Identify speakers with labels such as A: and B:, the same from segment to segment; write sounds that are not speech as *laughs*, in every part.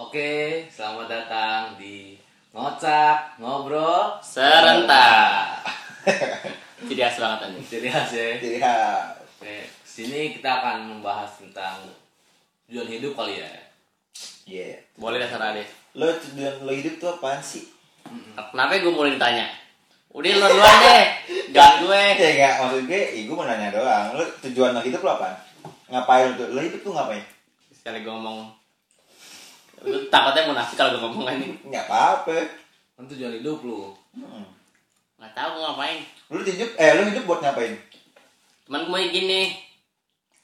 A: Oke, selamat datang di Ngocak Ngobrol
B: Serentak. *laughs* Jadi as banget anjing.
A: Jadi hasil.
C: Jadi ha,
A: Oke, sini kita akan membahas tentang tujuan hidup kali ya.
C: yeah.
B: Boleh dasar Ade.
C: ya. Lo tujuan lo hidup tuh apaan sih?
B: Kenapa gue mulai ditanya? Udah lu duluan deh. Jangan gue.
C: Ya enggak, maksud gue, ya gue mau nanya doang. Lo tujuan lo hidup lo apaan? Ngapain lo tuh? Lo hidup tuh ngapain?
B: Sekali gue ngomong. Lu takutnya munafik kalau gue ngomong kan anjing.
C: Nggak apa-apa.
A: Kan tujuan hidup lu.
C: Hmm.
B: Gak tau gue ngapain.
C: Lo hidup, eh lo hidup buat ngapain?
B: Cuman gue gini.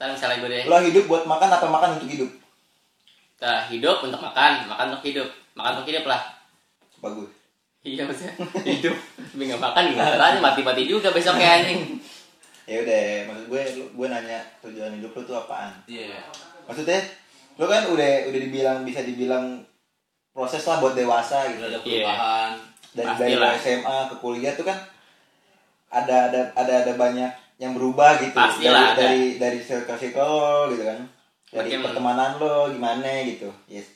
B: Ntar misalnya gue deh.
A: Eh.
C: Lo hidup buat makan apa makan untuk hidup?
B: Kita hidup untuk makan, makan untuk hidup. Makan untuk hidup lah.
C: Bagus.
B: Iya maksudnya hidup. Tapi gak makan gimana caranya mati-mati juga besoknya anjing.
C: Ya udah, maksud gue, lo- gue nanya tujuan hidup lo tuh apaan?
A: Iya.
C: Maksudnya, lo kan udah udah dibilang bisa dibilang proses lah buat dewasa gitu.
A: Udah ada
B: Iya.
A: perubahan.
C: dari dari
B: Pastilah.
C: SMA ke kuliah tuh kan ada ada ada ada banyak yang berubah gitu
B: Pastilah ada.
C: dari, dari dari circle circle lo gitu kan dari
B: Makin-
C: pertemanan lo gimana gitu yes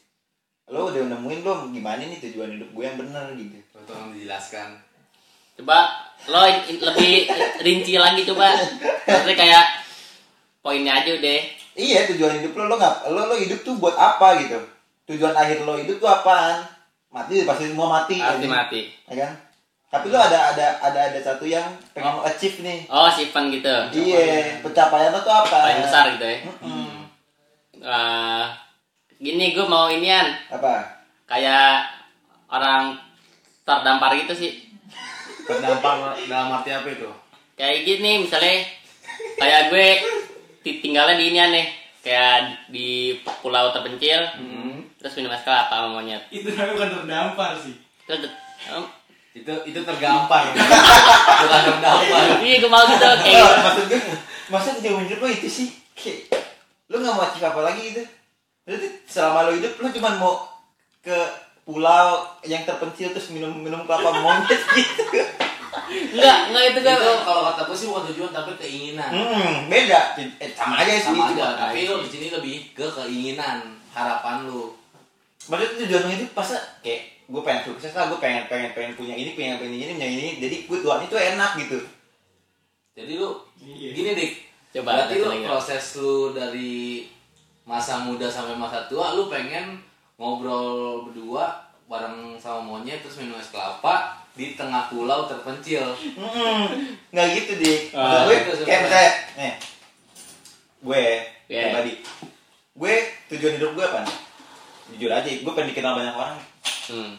C: lo udah nemuin lo gimana nih tujuan hidup gue yang bener gitu
A: Tolong dijelaskan.
B: Coba lo in- in- lebih rinci lagi coba. Maksudnya kayak poinnya aja udah.
C: iya tujuan hidup lo lo nggak lo lo hidup tuh buat apa gitu tujuan akhir lo hidup tuh apaan mati pasti semua mati
B: Arti
C: kan?
B: mati.
C: ya kan tapi lo ada ada ada ada satu yang pengen lo achieve nih
B: Oh, sipan gitu.
C: iya pencapaian lo tuh apa
B: Paling besar gitu ya.
C: Mm-mm.
B: Eh, gini gue mau inian
C: apa
B: kayak orang terdampar gitu sih.
A: Terdampak dalam arti apa itu?
B: Kayak gini misalnya kayak gue ditinggalnya di inian nih kayak di pulau terpencil terus minum es kelapa sama monyet
D: itu namanya bukan terdampar sih
B: terus "Oh, em,
A: Itu itu tergampar. Bukan terdampar.
B: iya gue mau gitu kayak
C: Oh,
B: gitu.
C: maksud gue maksud tujuan hidup lo itu sih kayak lo nggak mau achieve apa lagi gitu berarti selama lo hidup lo cuma mau ke pulau yang terpencil terus minum minum kelapa monyet *laughs* gitu
B: enggak enggak itu gue
A: Itu kalau kata gue sih bukan tujuan tapi keinginan.
C: hmm beda eh, sama aja sih
A: Sama
C: cuma-
A: aja, tapi lu di sini lebih ke keinginan, harapan lu.
C: maksudnya tujuan lo hidup pasti kayak gue pengen sukses lah gue pengen pengen pengen punya ini punya ini punya ini punya ini jadi gue tuan itu enak gitu
A: Jadi lu
D: Iya.
A: gini dik,
B: Coba,
A: berarti lu
B: dengerin.
A: proses lu dari masa muda sampai masa tua lu pengen ngobrol berdua bareng sama monyet terus minum es kelapa di tengah pulau terpencil.
C: Mm-mm. nggak gitu di
B: Ah,
C: gue
A: itu
C: kayak
A: sebenarnya.
C: misalnya nih gue
B: Iya.
C: pribadi gue tujuan hidup gue apa jujur aja gue pengen dikenal banyak orang
B: hmm.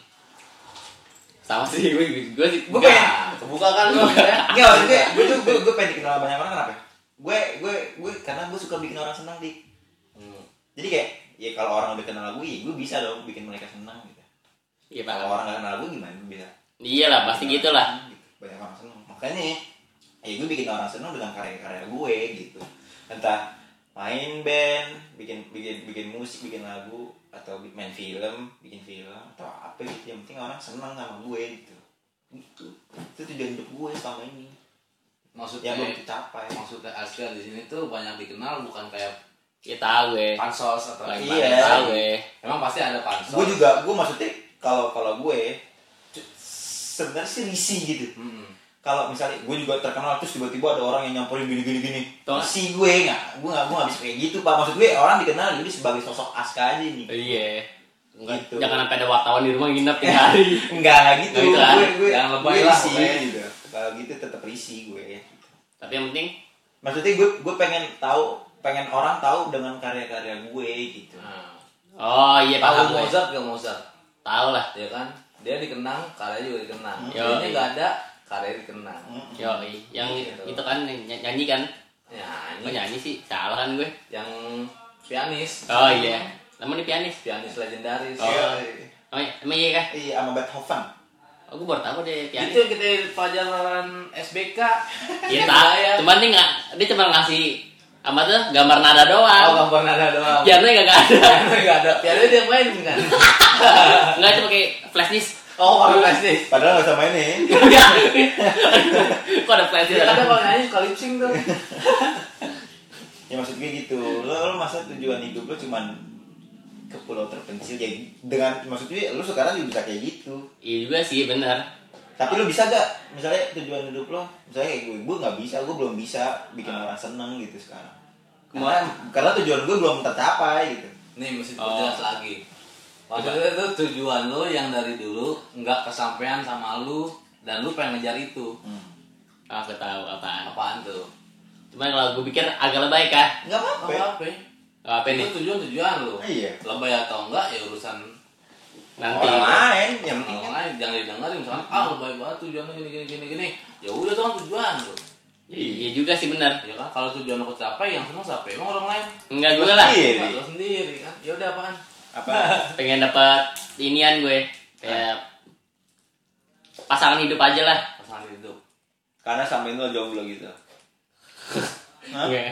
B: sama sih gue gue sih
C: gue
B: enggak.
C: pengen
A: Kebuka kan lu ya?
C: nggak maksud gue gue tuh gue, gue pengen dikenal banyak orang kenapa gue gue gue karena gue suka bikin orang senang di
A: Hmm.
C: jadi kayak ya kalau orang udah kenal gue ya gue bisa dong bikin mereka senang gitu
B: Iya pak.
C: kalau orang gak kenal gue gimana gue bisa
B: Iya lah pasti gitulah.
C: Gitu, banyak orang seneng makanya ya gue bikin orang seneng dengan karya-karya gue gitu entah main band bikin bikin bikin musik bikin lagu atau bi- main film bikin film atau apa gitu yang penting orang seneng sama gue gitu gitu itu tujuan hidup gue selama ini
A: Maksudnya
C: yang belum tercapai
A: maksudnya Aska di sini tuh banyak dikenal bukan kayak
B: Iya tahu gue.
A: pansos atau
B: Paling
A: apa.
C: Iya.
B: banyak tahu gue.
A: Emang pasti ada pansos.
C: gue juga gue maksudnya kalau kalau gue c- sebenarnya sih risih gitu
A: Hmm.
C: kalau misalnya gue juga terkenal terus tiba-tiba ada orang yang nyamperin gini gini gini
B: Tolak.
C: si gue nggak gue nggak gue nggak bisa kayak gitu pak maksud gue orang dikenal jadi sebagai sosok aska aja nih
B: Iya. Enggak,
C: Gitu.
B: Jangan
C: *laughs*
B: sampai ada wartawan di rumah nginep tiga hari.
C: enggak nggak gitu
B: Nggak gitu lah.
C: gue gue
A: Jangan lebay
C: gue
A: lah,
C: risih
A: pokoknya.
C: gitu kalau gitu tetap risih gue
B: Tapi yang penting
C: maksudnya gue gue pengen tahu pengen orang tahu dengan karya-karya gue gitu
A: Nah.
B: oh iya
A: Tahu
B: paham gue.
A: Mozart gak Mozart?
B: Tahu lah.
A: ya kan dia dikenang karyanya juga dikenang
C: Hmm.
A: Dia ini
B: Yoi.
A: nggak ada karyanya dikenang
C: Mm.
B: Yo, yang
A: Gitu.
B: itu kan yang ny- nyanyi kan?
A: ya
B: Gue
A: ini
B: nyanyi sih, salah kan gue.
A: yang pianis
B: Oh iya. Namun di pianis.
A: pianis legendaris
B: Oh.
C: Iya,
B: Oh, iya. emang iya kah?
C: iya sama Beethoven
B: Oh, gue baru tahu deh
A: itu
B: pianis.
A: yang kita pelajaran SBK *laughs*
B: Iya
A: Bayar.
B: tahu. Cuman dia nggak, dia cuma ngasih apa tuh gambar nada
A: oh
B: doang.
A: gambar nada doang
B: Pianonya Ya, nggak *laughs* ada.
A: Piano *laughs* nggak ada piano dia main
B: *laughs*
A: kan
B: Nggak cuma kayak flash disk.
A: oh kalau pasti
C: padahal nggak sama ini
B: *laughs* Kok ada flash
A: dia
B: disk?
A: kadang kalau nyanyi suka lip sync tuh
C: ya maksud gue gitu lo, lo masa tujuan hidup lo cuman ke pulau terpencil jadi dengan maksudnya lu sekarang juga bisa kayak gitu
B: Iya juga sih bener.
C: tapi lu bisa gak misalnya tujuan hidup lo misalnya kayak gue gue nggak bisa gue belum bisa bikin orang seneng gitu sekarang karena, karena tujuan gue belum tercapai gitu
A: Nih mesti
B: Oh.
A: perjelas lagi. Maksudnya itu tujuan lu yang dari dulu nggak kesampaian sama lu dan lu pengen ngejar itu.
C: Hmm.
B: Ah, Aku tahu apaan.
A: Apaan tuh?
B: Cuman kalau gue pikir agak lebay kah?
C: nggak apa-apa
A: Apa apa?
B: Oh, apa
A: Itu
B: nih?
A: tujuan-tujuan lu.
C: Iya.
A: Lebay atau enggak ya urusan
B: Nanti.
C: orang lain yang penting
A: orang
C: kan
A: lain jangan didengarin misalnya ah lebay banget tujuan lu gini gini gini gini. Ya udah tuh kan tujuan lu.
B: Iya juga sih bener.
A: Ya kan kalau tujuan lu tercapai yang seneng siapa? Emang orang lain?
B: Enggak gue lah.
C: Iya.
A: Nah, lu sendiri kan. Ya udah apaan?
C: *laughs* apa
B: Pengen dapat inian gue. Kayak pasangan hidup aja lah.
A: Pasangan hidup.
C: karena sampai lo jomblo gitu Hah?
B: Iya.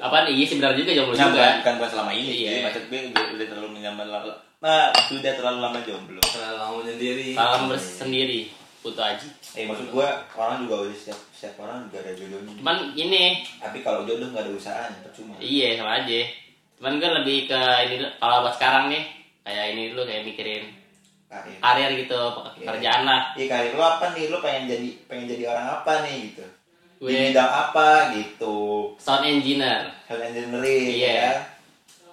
B: Apaan? Iya sih benar juga jomblo
C: Nah, bukan,
B: juga.
C: bukan bukan selama ini
B: Iya.
C: sih. Maksud gue udah, udah terlalu nyaman lama. Nah, sudah terlalu lama jomblo.
A: Selalu mau eh, sendiri.
B: Salam bersendiri. Butuh aja.
C: Eh, maksud gue orang juga udah setiap setiap orang juga ada jodohnya.
B: Cuman gini,
C: Tapi kalau jodoh nggak ada usahaan, percuma.
B: Iya sama aja. Cuman gue lebih ke ini dulu, kalau buat sekarang nih kayak ini dulu kayak mikirin
C: Karir.
B: karir gitu, pekerjaan lah.
C: Iya karir lo apa nih? Lo pengen jadi pengen jadi orang apa nih gitu? Di
B: Gue
C: bidang apa gitu?
B: sound engineer.
C: Sound engineering
B: Iya.
C: ya.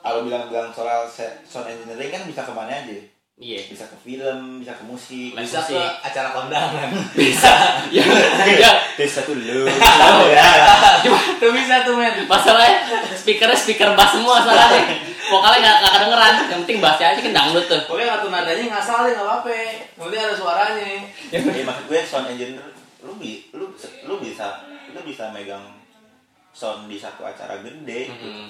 C: Kalau bilang-bilang soal se- sound engineering kan bisa kemana aja?
B: Iya.
C: Bisa ke film, bisa ke musik,
B: Lah,
A: Bisa
B: Musik.
A: ke acara kondangan.
B: *laughs* Bisa. ya, ya.
C: bisa tuh
B: *laughs*
C: lo. Tahu
B: Iya.
C: ya.
B: Cuma
A: Itu bisa *laughs* tuh men.
B: masalahnya speakernya speaker bass semua salahnya. Vokalnya nggak nggak kedengeran. Yang penting bassnya aja kan dangdut tuh.
A: Pokoknya kartu nadanya nggak salah nggak apa-apa. Nanti ada suaranya.
B: Ya.
C: Iya maksud gue sound engineer lu bi lu lu bisa lu bisa megang sound di satu acara gede.
B: Hmm.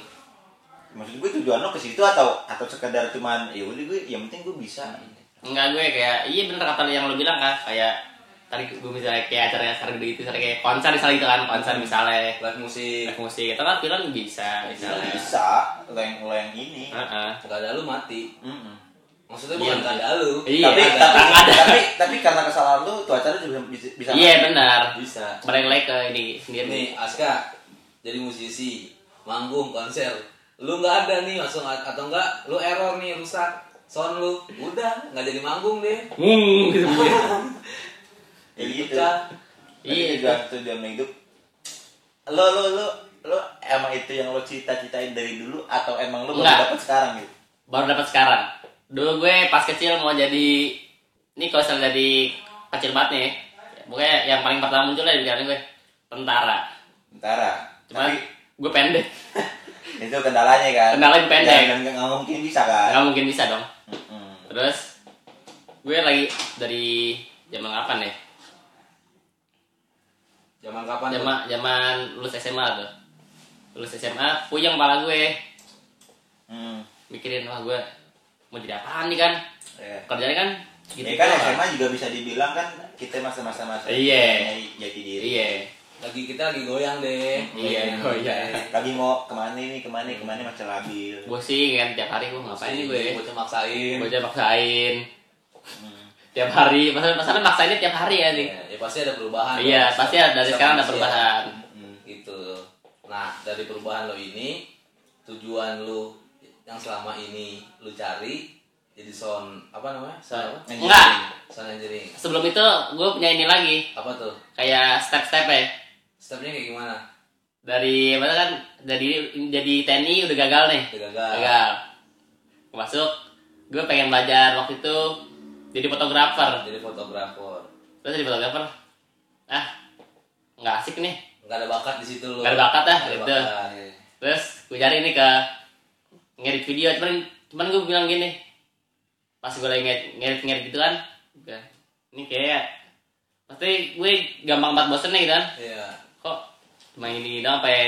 C: Maksud gue tujuan lo ke situ atau atau sekedar cuman ya udah gue yang penting gue bisa.
B: Enggak gue kayak iya bener kata yang lo bilang kan kayak tadi gue misalnya kayak acaranya acara gede gitu misalnya kayak konser misalnya gitu kan konser misalnya
A: Live musik.
B: live musik itu kan film bisa
C: Lu
B: misalnya
C: bisa lo yang lo yang ini.
B: Heeh.
A: Gak ada lu mati.
C: Mm-mm.
A: Maksudnya
B: Iya,
A: bukan
B: iya.
A: gak ada lu.
B: Iya,
C: tapi,
B: ada-
C: tapi,
B: ada.
C: tapi tapi karena kesalahan lu tuh acara juga bisa bisa.
B: Iya benar.
A: Bisa.
B: Balik lagi ke ini sendiri.
A: Nih Aska jadi musisi, manggung konser. Lu nggak ada nih langsung at- atau enggak lu error nih rusak sound lu. Udah nggak jadi manggung deh.
B: Ngung gitu.
A: Iya.
C: Ya gitu.
A: Pecah.
C: Tapi
B: Iya,
C: tujuan tujuan lo hidup. Lo lo lo lo emang itu yang lo cita-citain dari dulu atau emang lo baru
B: Enggak.
C: dapet sekarang gitu?
B: Baru dapat sekarang. Dulu gue pas kecil mau jadi ini kalau misalnya dari kecil banget nih. Pokoknya yang paling pertama muncul lah di pikiran gue tentara.
C: Tentara.
B: Cuman
C: Tapi
B: gue pendek.
C: itu kendalanya kan
B: Kendalanya pendek.
C: dan nggak nggak mungkin bisa kan
B: Gak mungkin bisa dong.
C: Mm.
B: Terus gue lagi dari zaman kapan ya?
A: Zaman kapan? tuh?
B: Zaman zaman lulus SMA tuh. Lulus SMA, puyeng kepala gue.
C: Mm.
B: Mikirin wah gue mau jadi apaan nih kan?
C: Ya.
B: Kerjanya kan gitu
C: ya kan
B: doang.
C: SMA juga bisa dibilang kan kita masa-masa masa
B: Iya.
C: jadi diri
B: Iya.
A: Lagi kita lagi goyang deh.
B: Iya, goyang.
C: lagi mau kemana nih kemana nih, kemana nih, macam labil
B: Gue sih kan tiap hari gue ngapain nih gue
A: Gue cuma maksain.
B: Gue aja maksain
A: Hmm.
B: Tiap hari, masalahnya masalahnya maksainnya tiap hari ya nih
A: Ya, ya pasti ada perubahan.
B: Iya,
A: Setiap-
B: pasti ada- dari
A: setiap
B: sekarang ada
A: manusia.
B: perubahan.
A: Mm, Gitu. Nah, dari perubahan lo ini, tujuan lo yang selama ini lo cari jadi sound apa namanya? Sound apa?
B: Enggak,
A: Sound engineering.
B: sebelum itu gue punya ini lagi
A: Apa tuh?
B: Kayak step-step ya
A: Stepnya kayak gimana?
B: Dari, mana kan, dari, jadi TNI udah gagal nih
A: Udah gagal.
B: Gagal Gua Masuk, gue pengen belajar waktu itu jadi fotografer
A: Jadi fotografer.
B: Terus jadi fotografer Ah, nggak asik nih
A: Enggak ada bakat di situ lo.
B: Nggak ada bakat dah,
A: Nggak ada
B: gitu.
A: bakat. iya.
B: terus gue cari nih ke ngedit video cuman cuman gue bilang gini pas gue lagi ngedit ngedit, ngedit gitu kan gue, ini kayak pasti gue gampang banget bosen nih gitu kan
A: Iya.
B: kok cuma ini doang apa ya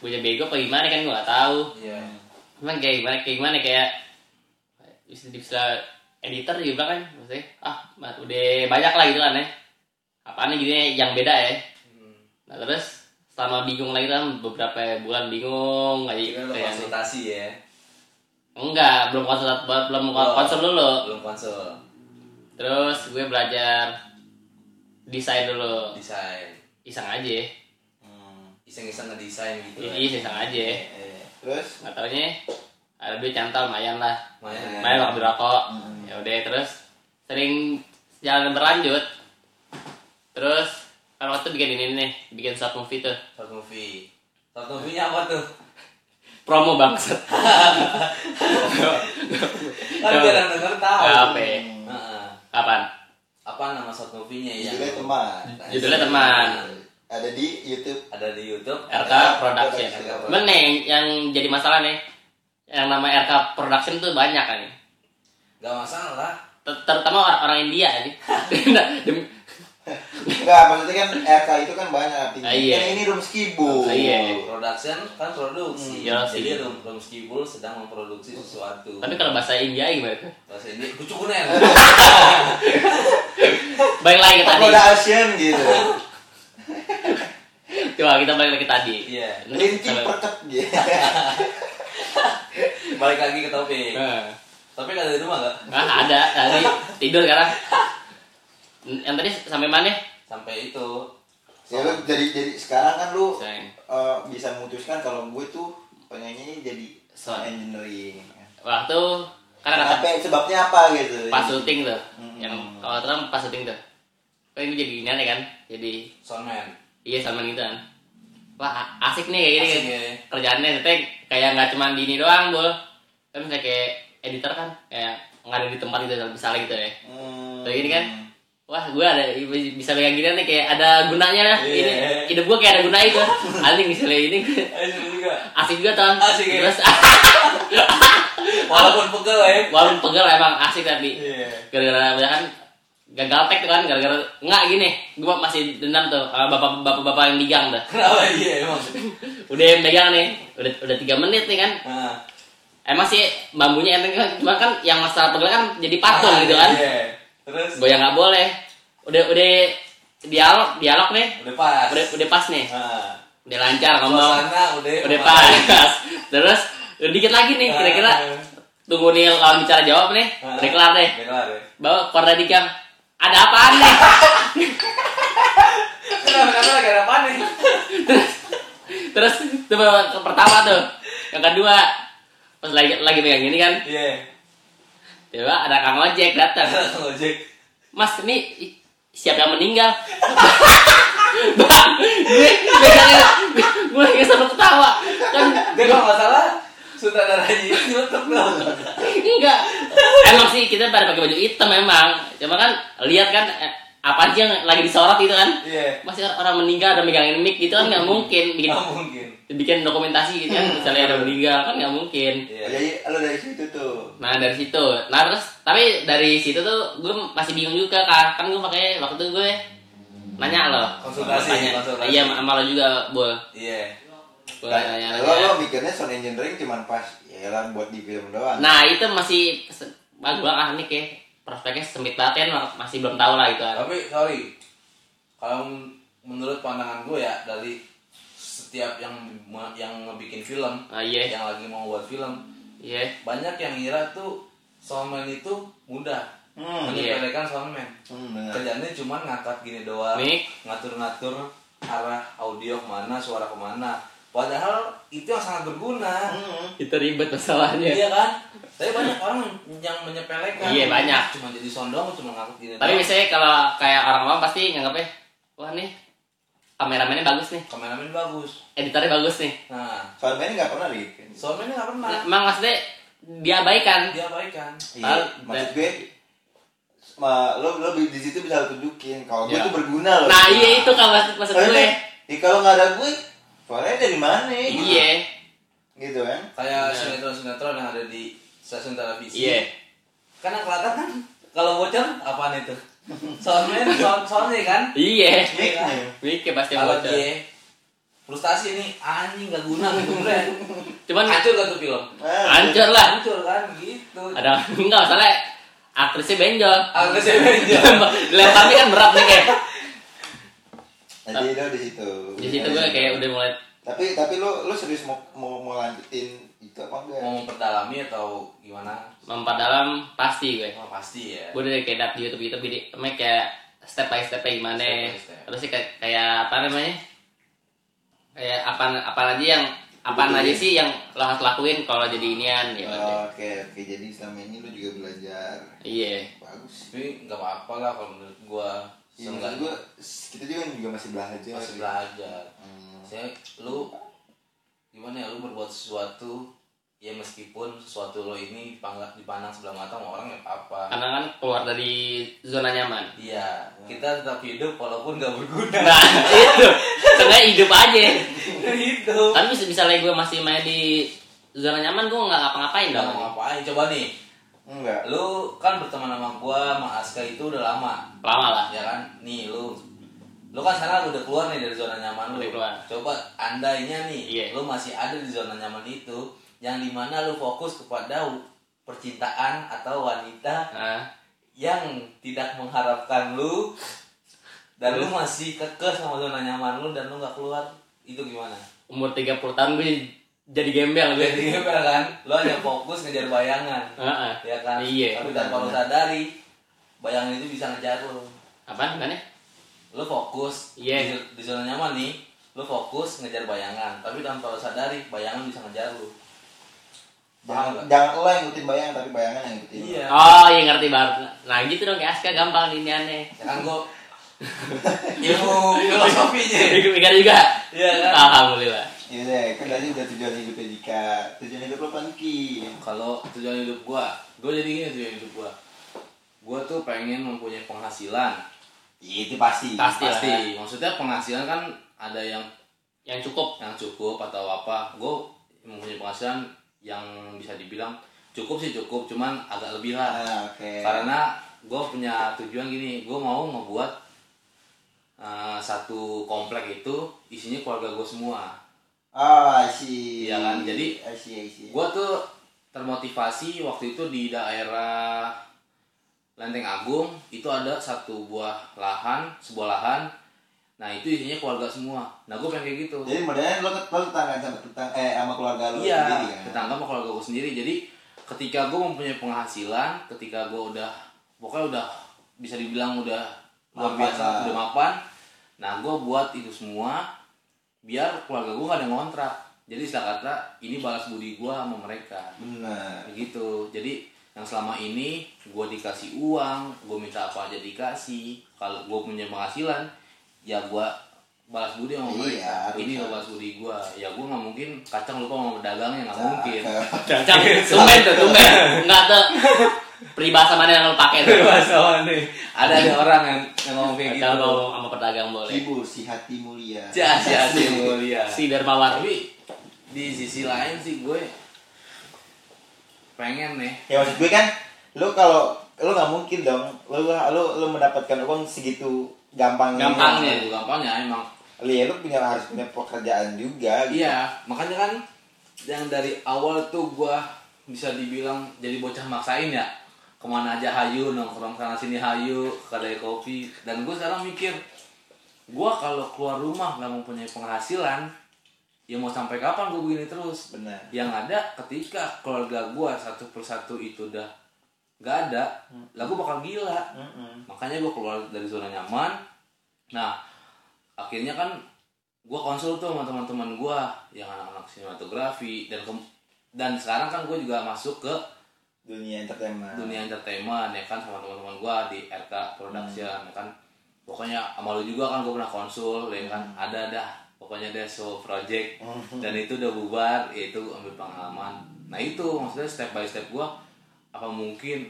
B: gue jadi bego apa gimana kan gue gak tahu
A: Iya.
B: cuman kayak gimana kayak gimana kayak bisa bisa editor juga kan maksudnya ah mat- udah banyak lah gitu kan ya apaan gitu ya yang beda ya
A: Hmm.
B: nah terus selama bingung lagi kan beberapa bulan bingung aja
A: Jadi kan lo
B: kayak-
A: konsultasi ya.
B: Enggak, belum konsul belum
A: Belum.
B: konsul dulu.
A: Belum konsul.
B: Terus gue belajar desain dulu.
A: Desain.
B: Iseng aja.
C: Hmm.
A: Iseng-iseng ngedesain gitu.
B: Iya, iseng aja.
C: Eh, terus
B: Nggak taunya ada duit nyantol lumayan lah
A: Lumayan.
B: lumayan lah beli rokok
E: Hmm.
B: ya udah terus sering jalan berlanjut terus kan waktu itu bikin ini nih bikin short movie tuh
A: Short movie. Short movie-nya apa tuh?
B: promo
A: *laughs*
B: bangset
A: Kan jarang denger tahu.
B: Iya. apa ya?
A: Heeh.
B: kapan
A: Apa nama short movie-nya ya?
C: Judulnya teman.
B: judulnya teman
C: Ada di YouTube.
A: Ada di YouTube.
B: RK Production cuman nih yang jadi masalah nih yang nama RK Production tuh banyak kan nih
A: Gak masalah.
B: Ter- terutama orang, orang India
A: *laughs*
B: ini Nah, dem-
C: Enggak, maksudnya kan RK itu kan banyak artinya.
B: Ah, iya.
C: Kan ini room skibu.
B: Ah, iya.
A: Production kan produksi.
B: Iya sih.
A: Jadi Rum Rum Skibul sedang memproduksi sesuatu.
B: tapi kalau bahasa India gimana tuh
A: bahasa India
B: *laughs*
A: kucukunen.
B: balik lagi ke tadi
C: Pagoda Kan Asian
B: *laughs*
C: gitu.
B: coba kita balik lagi ke tadi Nah,
A: Iya.
C: Linti perket gitu. *laughs*
A: Balik lagi ke topik.
B: Nah.
A: Topik ada di rumah gak?
B: Ah, ada tadi tidur karena yang tadi sampai mana?
A: Sampai itu.
C: Ya lu jadi jadi sekarang kan lu
B: Sayang.
C: eh, bisa memutuskan kalau gue tuh pengennya ini jadi
B: Sound.
C: sound engineering.
B: Waktu karena kata
C: Kenapa sebabnya apa gitu?
B: pas syuting tuh,
A: Hmm.
C: Mm-mm.
B: yang kalau terang pas syuting tuh, kan ini jadi gini ya kan, jadi
A: Soundman.
B: iya sama gitu kan. Wah a- asik nih kayak gini
A: Asik
B: kan.
A: ya.
B: kerjaannya teteh kayak nggak cuma di ini doang bol, kan misalnya kayak editor kan, kayak nggak ada di tempat gitu misalnya gitu ya.
C: Hmm.
B: Kayak gini kan, wah gue ada bisa kayak gini nih kayak ada gunanya lah.
A: Iya.
B: Ini hidup gue kayak ada gunanya
A: *laughs*
B: itu. Anjing misalnya ini
A: Eh, seru juga.
B: asik juga ton.
A: Asik ya?
B: Terus *laughs*
A: Walaupun pegel ya.
B: walaupun pegel emang asik tapi
A: Iya.
B: gara-gara banyak kan gagal tek tuh kan gara-gara nggak gini gue masih dendam tuh sama bapak-bapak bapak yang megang tuh
A: Kenapa iya emang?
B: udah yang megang nih udah udah tiga menit nih kan
A: Nah.
B: emang sih bambunya enteng kan cuma kan yang masalah pegel kan jadi patung gitu kan
A: Iya. Terus
B: goyang nggak boleh udah udah dialog dialog nih
A: udah pas.
B: udah udah pas nih
A: Nah.
B: udah lancar ngomong
A: Suasana udah
B: udah pas *laughs* terus udah dikit lagi nih
A: Ah.
B: kira-kira tunggu nih kalau bicara jawab nih udah kelar deh
A: Nah. Udah kelar ya.
B: bawa korda dikam ada apaan nih
A: Kenapa kenapa gara panik?
B: terus itu bawa ke pertama tuh yang kedua pas lagi lagi pegang ini kan *laughs*
A: Iya.
B: tiba ada kang ojek datang
A: Kenapa Ojek.
B: mas ini i- siapa yang meninggal *laughs* bang gue pegangnya gue lagi sampai ketawa kan
A: Dia kalau nggak salah sutradaranya itu YouTube dong.
B: enggak emang sih kita pada pakai baju hitam emang cuma kan lihat kan eh, apa aja yang lagi disorot gitu kan
A: Iya.
B: masih orang meninggal ada megangin mic gitu kan nggak mungkin bikin
A: Nggak Oh, mungkin.
B: bikin dokumentasi gitu kan misalnya ada meninggal kan nggak mungkin
A: Iya.
C: Jadi lu dari situ tuh.
B: Nah dari situ, nah terus tapi dari situ tuh gue masih bingung juga kak, kan gue pakai waktu itu gue nanya lo,
A: Konsultasi,
B: Tanya.
A: konsultasi.
B: iya sama sama lo juga bol,
A: Iya.
B: gue
C: Nah,
B: nanya
C: lo, lo
B: nanya.
C: mikirnya sound engineering cuman pas ya lah buat di film doang.
B: Nah itu masih, gue bilang ah nih kayak prospeknya sempit banget ya, masih belum tahu lah gitu kan.
A: Tapi sorry, kalau men- menurut pandangan gue ya dari setiap yang me- yang ngebikin film,
B: Ah, iya,
A: yang lagi mau buat film,
B: iya,
A: banyak yang ngira tuh soundman itu mudah
C: Hmm.
B: iya.
A: menyepelekan soundman.
C: Hmm, benar.
A: Kerjaannya cuma ngangkat gini doang,
B: Mic.
A: ngatur-ngatur arah audio kemana, suara kemana. Padahal itu yang sangat berguna,
C: Hmm.
B: itu ribet masalahnya.
A: iya kan? Tapi banyak orang yang menyepelekan.
B: Iya, banyak.
A: Cuma jadi sound doang, cuma ngangkat gini
B: Tapi
A: doang.
B: biasanya kalau kayak orang orang pasti nganggapnya, wah nih kameramennya bagus nih,
A: Kameramen bagus.
B: editornya bagus nih.
A: Nah,
C: Soundman nggak pernah bikin.
A: soundman nggak pernah.
B: Emang maksudnya diabaikan.
A: dia baik kan
C: Iya,
B: Al-
C: maksud gue ma- lo lo di situ bisa lo tunjukin kalau gue
B: Iya.
C: tuh berguna loh.
B: Nah iya itu kan maksud, maksud gue.
C: Ya, kalau nggak ada gue, suaranya dari mana? gitu.
B: Iya,
C: Gitu kan?
A: kayak
B: Bener.
A: sinetron-sinetron yang ada di stasiun televisi
B: iya.
A: karena kelihatan kan kalau bocor apaan itu soundnya sound soundnya kan
B: Iya.
A: Iya kan?
B: Mike pasti yang
A: kalau
B: bocor.
A: dia frustasi nih anjing gak guna gitu bre
B: Cuman
A: hancur gak tuh film
C: Ah,
B: hancur Kan lah.
A: hancur kan gitu
B: Ada enggak masalah aktrisnya benjol.
A: agak sih
B: *laughs*
A: benjol
B: Lemparnya kan berat nih kayak.
C: Jadi lo di situ.
B: Di situ gue kayak udah mulai
C: Tapi tapi lo lo serius mau mau, mau lanjutin itu apa enggak?
A: mau memperdalami atau gimana
B: memperdalam pasti gue.
A: oh, pasti ya
B: Gue udah kayak dap di YouTube YouTube jadi emang kayak step by step gimana.
A: Step by step.
B: Terus sih kayak, kayak apa namanya? Kayak apa apa aja yang apaan aja sih yang lo harus lakuin kalau jadi inian ya
C: Oh, oke oke jadi selama ini lu juga belajar
B: iya
C: bagus
A: tapi nggak apa-apa lah kalau menurut gua
C: ya, maksud
A: seenggaknya
C: gua kita juga juga masih belajar Hmm,
A: masih belajar saya lu gimana ya lu berbuat sesuatu ya meskipun sesuatu lo ini dipangga- dipandang sebelah mata sama orang ya apa
B: karena kan keluar dari zona nyaman
A: *laughs* iya kita tetap hidup walaupun nggak berguna *laughs*
B: nah itu karena hidup aja
A: hidup
B: tapi mis- misalnya gue masih main di zona nyaman gue nggak ngapa-ngapain
A: nggak
B: dong
A: mau ngapain coba nih
C: enggak
A: lu kan berteman sama gua sama Aska itu udah lama
B: lama lah
A: ya kan nih lu lu kan sekarang udah keluar nih dari zona nyaman lu
B: Udah keluar.
A: coba andainya nih
B: Iya.
A: lu masih ada di zona nyaman itu yang dimana lu fokus kepada w- percintaan atau wanita
B: nah,
A: yang tidak mengharapkan lu dan lu masih kekeh sama zona nyaman lu dan lu nggak keluar itu gimana
B: umur 30 tahun gue jadi gembel gue
A: jadi gimana kan lu hanya fokus ngejar bayangan
B: Heeh.
A: ya kan
B: Iya.
A: tapi tanpa lu sadari bayangan itu bisa ngejar lu
B: apaan kan ya
A: lu fokus
B: Iya.
A: di, di zona nyaman nih lu fokus ngejar bayangan tapi tanpa lu sadari bayangan bisa ngejar lu paham
C: jangan
A: nggak?
C: jangan lo yang ngikutin bayangan tapi bayangan yang ngikutin lo.
A: iya
B: oh iya ngerti banget nah gitu dong kayak Aska gampang ini aneh
A: ya kan gua ilmu *laughs* filosofinya
B: Ikut mikir juga
A: Iya, kan?
B: alhamdulillah
C: iya deh kan tadi udah tujuan hidupnya Dika tujuan hidup lo panki
A: kalau tujuan hidup gua gua jadi gini tujuan hidup gua gua tuh pengen mempunyai penghasilan
C: Iya, itu pasti
B: Pasti.
A: pasti maksudnya penghasilan kan ada yang
B: yang
A: *laughs*
B: cukup
A: yang cukup atau apa gue mempunyai penghasilan yang bisa dibilang cukup sih cukup cuman agak lebih lah
C: Ah, oke
A: karena gue punya tujuan gini gue mau membuat eh, satu komplek itu isinya keluarga gue semua
C: ah sih
A: Iya kan, jadi-
C: I see, I see.
A: gue tuh termotivasi waktu itu di daerah Lenteng Agung itu ada satu buah lahan sebuah lahan nah itu isinya keluarga semua nah gue pengen kayak gitu
C: jadi modelnya lo lo tetangga sama tetang eh sama keluarga lo
A: iya
C: sendiri kan
A: tetangga sama keluarga gue sendiri jadi ketika gue mempunyai penghasilan ketika gue udah pokoknya udah bisa dibilang udah luar
C: Mapan lah.
A: biasa udah mapan nah gue buat itu semua biar keluarga gue gak ada ngontrak jadi istilah kata ini balas budi gue sama mereka
C: benar
A: begitu gitu. jadi yang selama ini gue dikasih uang gue minta apa aja dikasih kalau gue punya penghasilan ya gue balas budi sama
C: Iya,
A: mereka
C: harus,
A: ini lo
C: harus.
A: balas budi gue ya gue nggak mungkin kacang lupa sama pedagangnya nggak mungkin *laughs*
B: Cang, tumben tuh, tumben. Enggak tuh. Peribahasa mana yang lo pakai tuh?
A: Peribahasa nih ada ada orang yang yang ngomong kayak
B: Kalau
A: gitu
B: ngomong sama pedagang boleh.
C: Ibu si hati mulia.
A: jas jas mulia
B: Si Dermawan.
A: tapi di sisi lain sih gue pengen nih
C: Ya maksud gue kan, lu kalau lu nggak mungkin dong, lu lu lu mendapatkan uang segitu gampang. ya?
B: Gampangnya.
A: Gampangnya, gampangnya emang
C: Lu ya lu punya harus punya pekerjaan juga. gitu.
A: Iya, makanya kan yang dari awal tuh gua bisa dibilang jadi bocah maksain ya kemana aja hayu nongkrong sana sini hayu ke kedai kopi dan gue sekarang mikir gua kalau keluar rumah nggak mempunyai penghasilan ya mau sampai kapan gue begini terus
C: Benar.
A: yang ada ketika keluarga gua satu persatu itu udah nggak ada lah gue bakal gila makanya gue keluar dari zona nyaman nah akhirnya kan gue konsul tuh sama teman-teman gue yang anak-anak sinematografi dan ke- dan sekarang kan gue juga masuk ke
C: Dunia entertainment.
A: dunia entertainment ya kan sama teman-teman gue di RK Production ya kan pokoknya sama lu juga kan gue pernah konsul ya kan ada dah pokoknya ada show project dan itu udah bubar ya itu ambil pengalaman nah itu maksudnya step by step gue apa mungkin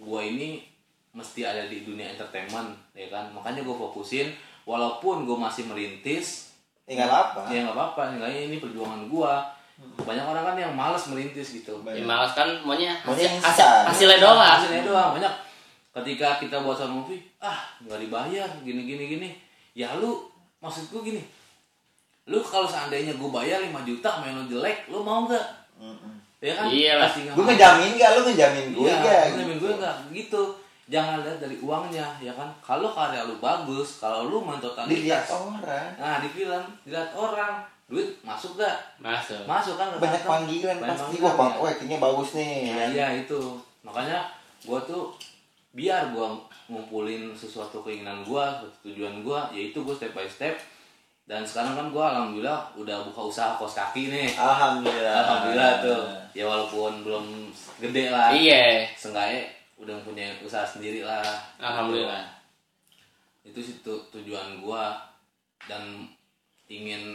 A: gue ini mesti ada di dunia entertainment ya kan makanya gue fokusin walaupun gue masih merintis
C: Ya nggak apa.
A: ya nggak apa-apa seenggaknya ini perjuangan gue banyak orang kan yang malas merintis gitu
B: Ya males kan maunya
C: Maunya
B: hasil,
C: instan.
B: hasil- hasilnya doang.
A: hasilnya doang banyak ketika kita buat sama movie ah nggak dibayar gini gini gini ya lu maksudku gini lu kalau seandainya gue bayar 5 juta main lu jelek lu mau nggak ya kan
B: Iyalah.
A: Pasti nggak
C: Gue
A: mau.
C: ngejamin gak, lu ngejamin gue
A: Iya,
C: gak?
A: lu nyamin gue nggak gitu jangan lihat dari uangnya ya kan kalau karya lu bagus kalau lu main totalitas
C: Dilihat orang,
A: nah di film dilihat orang duit masuk gak
B: Masuk.
A: masuk kan ke
C: banyak
A: kantong.
C: panggilan
A: Banyak
C: pasti. ya
A: panggilan,
C: Wah, bang,
A: ya.
C: wah actingnya bagus nih. kan?
A: Iya itu makanya gua tuh biar ya gua ngumpulin sesuatu keinginan gua sesuatu tujuan gua yaitu gua step by step dan sekarang kan gue alhamdulillah udah buka usaha kos kaki nih
C: Alhamdulillah.
A: alhamdulillah tuh ya walaupun belum gede lah
B: Iya.
A: seenggaknya udah punya usaha sendiri lah
B: Alhamdulillah.
A: itu sih tu- tujuan gua dan ingin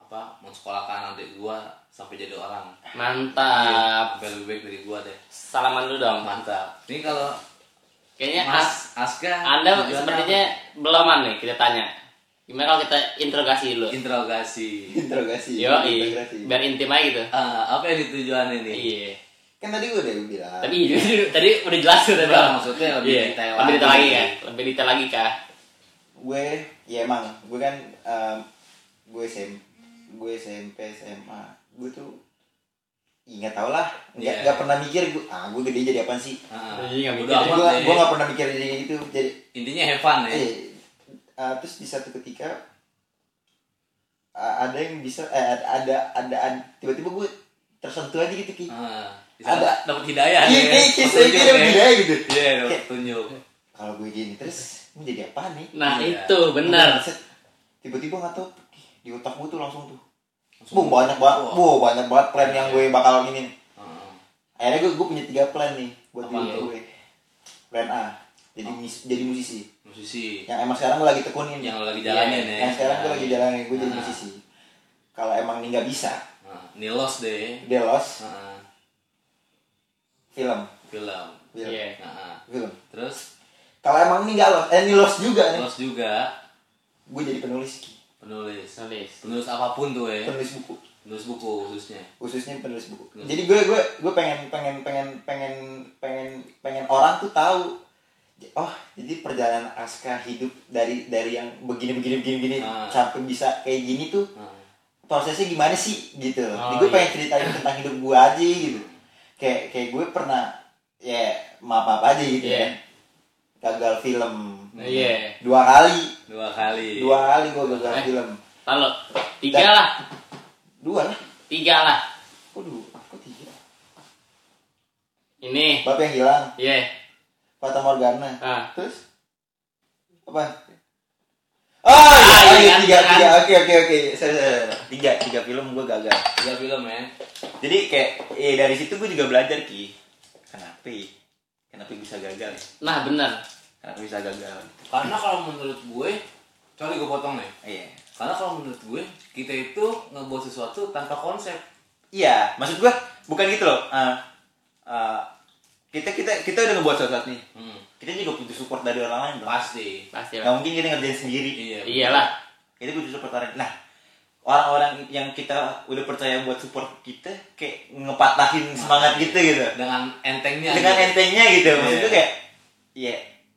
A: apa mensekolahkan adik gua sampai jadi orang
B: Mantap.
A: sampai lebih baik dari gua deh
B: Salaman dulu dong.
A: mantap ini kalau
B: Kayaknya Ya, As-
A: Mas Aska
B: Anda
A: tujuannya
B: sepertinya beloman nih kita tanya. Gimana kalau kita interogasi
A: apa?
B: dulu?
A: interogasi
C: Interogasi.
B: Yo, iya.
C: integrasi.
B: biar intim aja gitu.
A: Ah, apa yang ditujuan ini
B: Iya.
C: Kan tadi gue udah bilang.
B: Tapi *laughs* tadi udah jelas tuh tadi.
A: Nah, maksudnya lebih gitu.
B: Iya,
A: detail
B: lebih detail
A: lagi.
B: lagi kan? Lebih detail lagi kah?
C: gue ya emang gue kan em, gue SM, gue SMP SMA gue tuh ih, nggak tau lah nggak
A: Iya.
C: nggak pernah mikir gue ah gue gede jadi apaan sih
A: Ah,
B: Jadi Iya. nggak
A: bodo
B: mikir.
C: gue
A: amat deh.
C: gue nggak pernah mikir jadi itu jadi
A: intinya have fun ya
C: eh, ah, terus di satu ketika ah, ada yang bisa eh, ada ada ada ada- tiba-tiba gue tersentuh aja gitu ki
A: Ah,
C: Ada.
A: ada dapat hidayah
C: Iya,
A: ya.
C: kayak kayak saya
A: Petunjuk,
C: kira
A: ya.
C: gila gitu
A: iya dapat
C: Kayak-
A: petunjuk
C: kalau gue gini terus ini jadi apaan nih
B: Nah,
A: Iya.
B: itu benar.
C: Set. tiba-tiba nggak tau di otak gue tuh langsung tuh Wah banyak banget, wah banyak banget plan yang gue bakal ini.
A: Ah,
C: Akhirnya gue, gue punya tiga plan nih buat
A: Apa
C: diri
A: tuh?
C: gue. Plan A, jadi mus- jadi musisi.
A: musisi
C: Yang emang sekarang gue lagi tekunin. Iya.
A: yang lagi jalanin ya
C: Yang sekarang gue lagi jalanin, gue jadi
A: Ah.
C: musisi. Kalau emang ini nggak bisa,
A: Ah, nilos deh
C: dia los
A: Ah,
C: film,
A: film
C: film,
B: Iya.
A: Nah,
C: film.
A: terus
C: Kalau emang ini nggak los, eh ini los juga nih.
A: terus juga
C: Gue jadi penulis, Ki.
A: penulis.
B: Nulis.
A: Penulis apapun tuh ya.
C: penulis buku,
A: Penulis buku khususnya.
C: khususnya penulis buku.
A: Hmm.
C: Jadi gue gue gue pengen pengen pengen pengen pengen pengen orang tuh tahu oh jadi perjalanan Aska hidup dari dari yang begini begini begini begini
A: Ah.
C: sampai bisa kayak gini tuh
A: Nah,
C: prosesnya gimana sih gitu. Jadi
B: Oh,
C: gue
B: iya.
C: pengen ceritain tentang hidup gue aja gitu. Kayak kayak gue pernah ya maaf maaf aja gitu
B: Iya.
C: ya. Gagal film
B: Iya.
C: dua kali
A: dua kali.
C: dua kali gue gagal
B: Eh.
C: film
B: Lalu tiga lah,
C: dua lah
B: tiga lah.
C: kok dua kok tiga
B: Ini.
C: Bapak yang hilang
B: Iya.
C: Fata Morgana
B: Ah.
C: Terus? Apa? Oh,
B: Ah, iya
C: iya, iya,
B: kan,
C: tiga,
B: kan?
C: tiga, oke, oke, oke. Sorry, sorry, sorry. Tiga, tiga film gue gagal.
A: Tiga film ya.
C: Jadi kayak, eh, dari situ gue juga belajar ki. Kenapa? ya? Kenapa bisa gagal? ya?
B: Nah, benar.
C: Kenapa bisa gagal?
A: Karena kalau menurut gue, sorry gue potong nih.
C: Iya.
A: Karena kalau menurut gue, kita itu ngebuat sesuatu tanpa konsep.
C: Iya, maksud gue bukan gitu loh. Ah, ah, kita kita kita udah ngebuat sesuatu nih.
A: Hmm,
C: Kita juga butuh support dari orang lain. dong.
A: pasti.
B: Pasti
C: Nggak
B: lah.
C: mungkin kita ngerjain sendiri.
A: Iya.
B: Iyalah.
C: kita butuh support orang nah orang-orang yang kita udah percaya buat support kita kayak ngepatahin semangat kita gitu
A: Dengan entengnya.
C: dengan
A: gitu.
C: entengnya gitu maksud gue
A: Iya.
C: kayak ya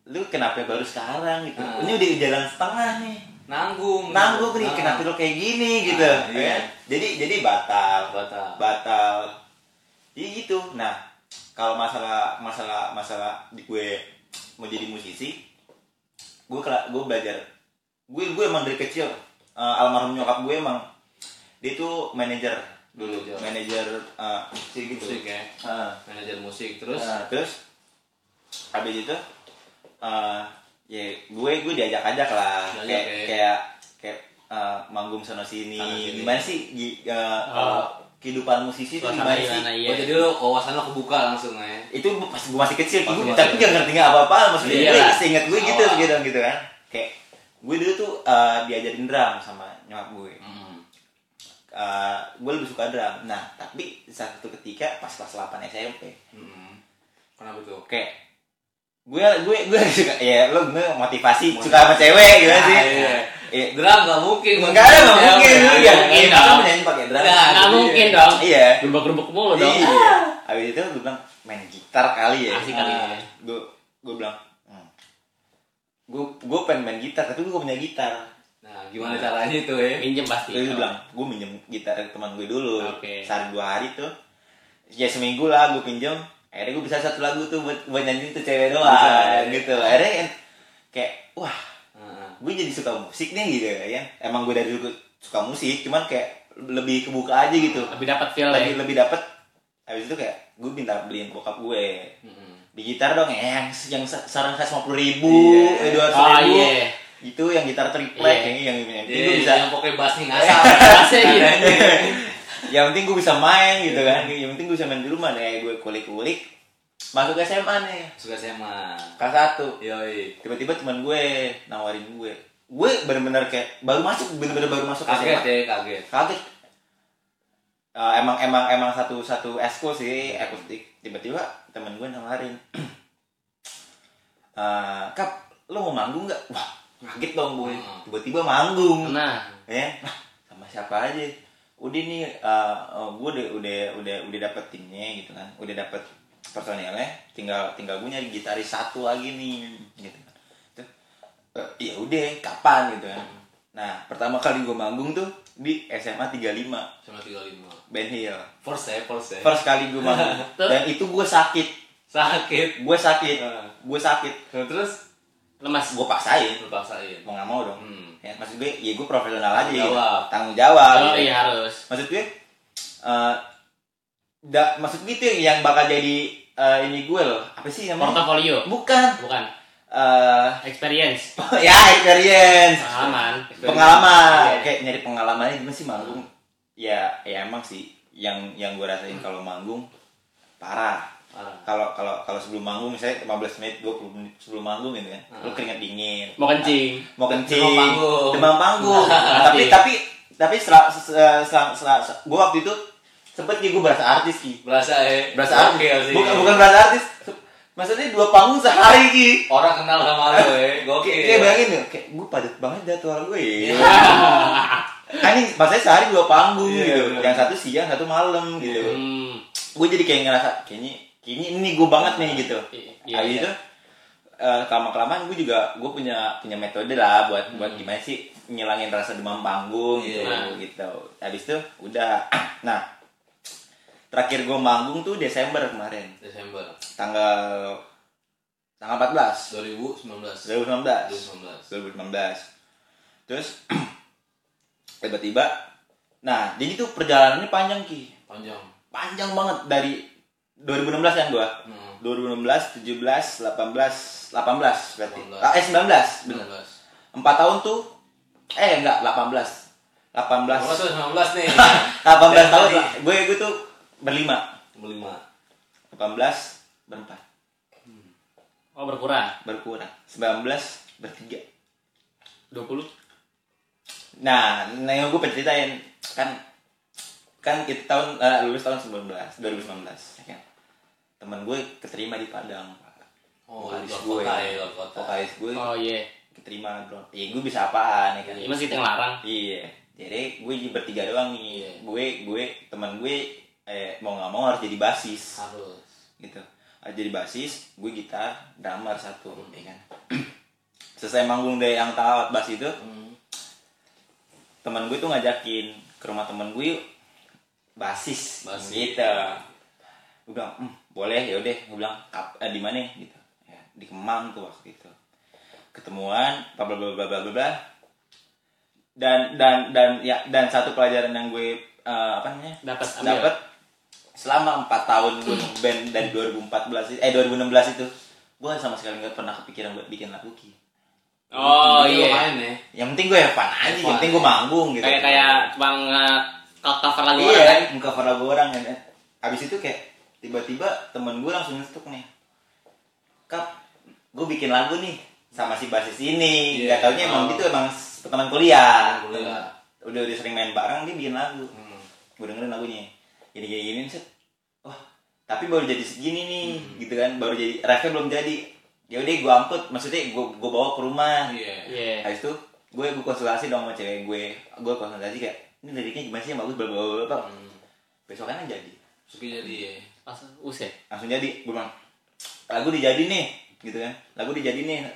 C: lu kenapa baru sekarang gitu
A: Ah.
C: ini udah jalan setengah nih
A: Nanggung.
C: nanggung
A: Nah,
C: nih kenapa lu kayak gini gitu
A: Ah, iya.
C: ya. jadi jadi batal
A: Batal.
C: batal jadi gitu nah kalau masalah masalah masalah di gue mau jadi musisi gue kela- gue belajar gue gue emang dari kecil eh, almarhum nyokap gue emang dia tuh manajer dulu
A: Manajer.
C: manajer eh, musik gitu
A: Musik ya.
C: Eh,
A: Manajer musik terus.
C: Nah, terus habis itu eh ya gue gue diajak ajak
A: Diajak
C: lah kayak
A: ya.
C: kayak kayak eh, manggung sana sini
A: Sana sini.
C: gimana sih gi- eh, kalau kehidupan musisi itu
B: Suasana
C: gimana sih
B: gimana
A: Oh,
B: iya.
A: jadi lo wawasan lo kebuka langsung ya.
C: itu gue pas gue masih kecil
A: Pas
C: gue-
A: masih
C: tapi
A: kecil.
C: gak ngerti apa apa maksudnya
B: Iya
C: gue
B: lah.
C: seingat gue gitu
A: Awal.
C: gitu gitu kan kayak gue dulu tuh eh, diajarin drum sama nyokap gue
A: Hmm.
C: Eh, gue lebih suka drum nah tapi satu ketika pas kelas 8 SMP
A: Hmm. Kenapa tuh?
C: kayak gue gue gue *laughs* suka ya lo gue motivasi suka sama cewek gitu
A: Ah,
C: sih
A: iya.
C: Iya.
A: Drum gak mungkin.
C: enggak ada nggak
A: Cewek.
C: mungkin lu
B: iya,
C: ya
B: iya,
C: kita
B: iya.
C: nyanyi pakai drum
A: Nah,
B: Nggak
A: jadi-
B: mungkin dong.
C: iya
B: Gerubak-gerubak mulu dong.
C: iya abis itu gue bilang main gitar kali ya
B: Asik kali ya.
C: gue gue bilang hmm. gue gue pengen main gitar tapi gue gak punya gitar
A: Nah, gimana caranya itu ya?
B: Minjem pasti.
C: Lalu gue bilang gue minjem gitar dari teman gue dulu
B: Iya. Oke.
C: sehari dua hari tuh ya seminggu lah gue pinjem akhirnya gue bisa satu lagu tuh buat buat nyanyiin tuh cewek doang
A: Bisa.
C: gitu akhirnya kan kayak wah
A: Heeh.
C: gue jadi suka musik nih gitu ya emang gue dari dulu suka musik cuman kayak lebih kebuka aja gitu
B: Lebih dapat feel ya.
C: lebih lebih dapet habis itu kayak gue minta beliin bokap eh, gue eh, di gitar dong yang yang sarang khas lima puluh ribu
A: Iya.
C: eh, dua
B: Oh
C: ribu
B: iya.
C: itu yang gitar triplek
B: Iya.
C: yang yang yang penting gue
A: Jadi
C: bisa Iya.
A: yang pokoknya bassnya ngasal.
B: Rasanya gitu.
C: *laughs* yang penting gue bisa main
B: Iya.
C: gitu kan yang penting gue bisa main di rumah nih gue kulik kulik masuk SMA nih
A: Suka SMA.
C: kelas satu
A: Yoi.
C: tiba-tiba teman gue nawarin gue gue bener-bener kayak baru masuk bener-bener baru masuk
A: Kaget
C: SMA.
A: ya, kaget.
C: kaget Eh, emang emang emang satu satu esko sih akustik tiba-tiba temen gue nawarin *clears throat* Eh, kap lo mau manggung nggak wah kaget dong gue
A: Hmm.
C: tiba-tiba manggung
B: Nah,
C: ya Nah, sama siapa aja udah nih eh, eh, gue udah udah udah udah dapet timnya gitu kan udah dapet personilnya tinggal tinggal gue nyari gitaris satu lagi nih gitu kan Tuh, eh, ya udah kapan gitu kan nah pertama kali gue manggung tuh di SMA 35
A: Cuma 35.
C: Ben Hill
A: First ya, first ya.
C: first kali gue manggung
B: Tuh.
C: dan itu gue sakit
A: Sakit.
C: gue sakit
A: Hmm.
C: gue sakit
A: Terus
B: lemas.
C: gue paksain
A: terpaksain.
C: mau nggak mau dong
A: Hmm.
C: ya, maksud gue ya gue profesional aja gitu.
A: Jawab.
C: tanggung jawab
B: Oh
C: gitu.
B: iya harus.
C: maksud gue eh, da, maksud gue itu yang bakal jadi eh, ini gue loh apa sih namanya
B: Portofolio.
C: bukan
B: Bukan.
C: eh, *laughs*
B: Experience.
C: ya experience
B: Pengalaman.
C: pengalaman
B: Ah, Iya.
C: kayak nyari pengalamannya gimana sih manggung ya ya emang sih yang yang gue rasain kalau manggung parah
A: Parah.
C: kalau kalau kalau sebelum manggung misalnya 15 menit 20 menit sebelum manggung gitu kan lu keringet dingin
B: Ah. Mau kencing.
C: mau kencing
A: Demam panggung. Iya.
C: demam
A: *laughs*
C: panggung. tapi tapi tapi setelah setelah, setelah, gue waktu itu sempet gue berasa artis ki
A: Berasa ya.
C: berasa
A: Oke,
C: artis
A: sih.
C: bukan bukan berasa artis maksudnya dua panggung sehari ki
A: Orang kenal sama lo ya.
C: kayak
A: Gokil.
C: kayak bayangin ya kayak gue padat banget jadwal gue
A: Iya.
C: ya Kan ini maksudnya sehari dua panggung
A: Iya,
C: gitu
A: bener.
C: yang satu siang satu malam gitu
B: Hmm.
C: gue jadi kayak ngerasa kayaknya kayaknya ini gue banget nih gitu
B: I-
C: Iya,
B: iya,
C: itu kelamaan kelamaan gue juga gue punya punya metode lah buat buat gimana sih ngilangin rasa demam panggung gitu
B: Iya.
C: gitu. Habis itu udah. *clears throat* Nah, terakhir gue manggung tuh Desember kemarin,
A: Desember
C: tanggal tanggal 14
A: 2019.
C: 2019.
A: 2019.
C: 2019. Terus *clears throat* tiba-tiba nah, jadi tuh perjalanannya panjang Ki.
A: Panjang.
C: Panjang banget dari 2016 kan gua.
A: Hmm.
C: 2016, 17, 18, 18 berarti.
A: 18.
C: Ah, eh 19, benar.
A: 19.
C: 4 tahun tuh eh enggak 18. 18. *laughs*
A: Kalau 19 nih.
C: 18 tahun
A: Dari
C: lah. gue gue tuh berlima.
A: 25.
C: 18 berempat
B: Oh berkurang.
C: berkurang. 19 bertiga.
B: 20.
C: Nah, nah yang gue ceritain kan kan kita tahun eh, lulus tahun 19 2019 ya kan. Temen gue keterima di Padang. Pak.
A: Oh,
C: Vokalis
A: luar
C: gue.
A: kota ya, luar kota.
C: Vokalis gue
B: Oh iya.
C: keterima bro. Ya gue bisa apaan ya kan.
B: Ini masih kita ngelarang.
C: Iya. Jadi gue jadi bertiga doang nih.
A: Iya.
C: Gue gue teman gue eh, mau nggak mau harus jadi basis
A: Harus.
C: gitu. Harus jadi basis, gue gitar, drummer satu, ya kan. *clears throat* Selesai manggung dari yang tanggal 14 itu,
A: Hmm.
C: teman gue tuh ngajakin ke rumah teman gue yuk basis,
A: Basis.
C: gitu gue bilang "Hmm, boleh ya udah gue bilang "Kap- eh, di mana gitu ya, di Kemang tuh waktu itu ketemuan bla bla bla bla bla bla, bla. dan dan dan ya dan satu pelajaran yang gue eh, apa namanya
B: Dapat ambil.
C: dapat selama 4 tahun
B: *clears throat*
C: gue band dari 2014 itu- eh 2016 itu gue sama sekali nggak pernah kepikiran buat bikin lagu Ki.
B: Oh
A: Jadi lu
B: iya.
A: main ya.
C: yang penting gue have fun aja yang
A: Fun.
C: penting gue manggung gitu
B: Kayak kayak cuma nge-cover lagu
C: iya,
B: orang kan.
C: muka para gue orang kan. Abis itu kayak tiba-tiba temen gue langsung nyetuk nih. Kap, gue bikin lagu nih sama si basis ini.
A: Iya.
C: Gak taunya
A: Oh.
C: emang gitu emang teman kuliah.
A: Teman kuliah.
C: Udah udah sering main bareng dia bikin lagu.
A: Hmm.
C: Gue dengerin lagunya. Gini gini gini set. Wah, tapi baru jadi segini nih,
A: Hmm.
C: gitu kan. Baru jadi refnya belum jadi. Ya udah gue angkut, maksudnya gue gue bawa ke rumah.
A: Iya.
B: Iya.
C: Habis itu gue gue konsultasi dong sama cewek gue. Gue konsultasi kayak ini liriknya gimana sih yang bagus bla bla bla, bla bla.
A: Hmm.
C: Besokannya kan jadi.
A: Suki jadi ya.
C: Iya.
B: Pas uh, usai.
C: Langsung jadi gue bilang lagu dijadi nih gitu kan. Lagu dijadi nih eh,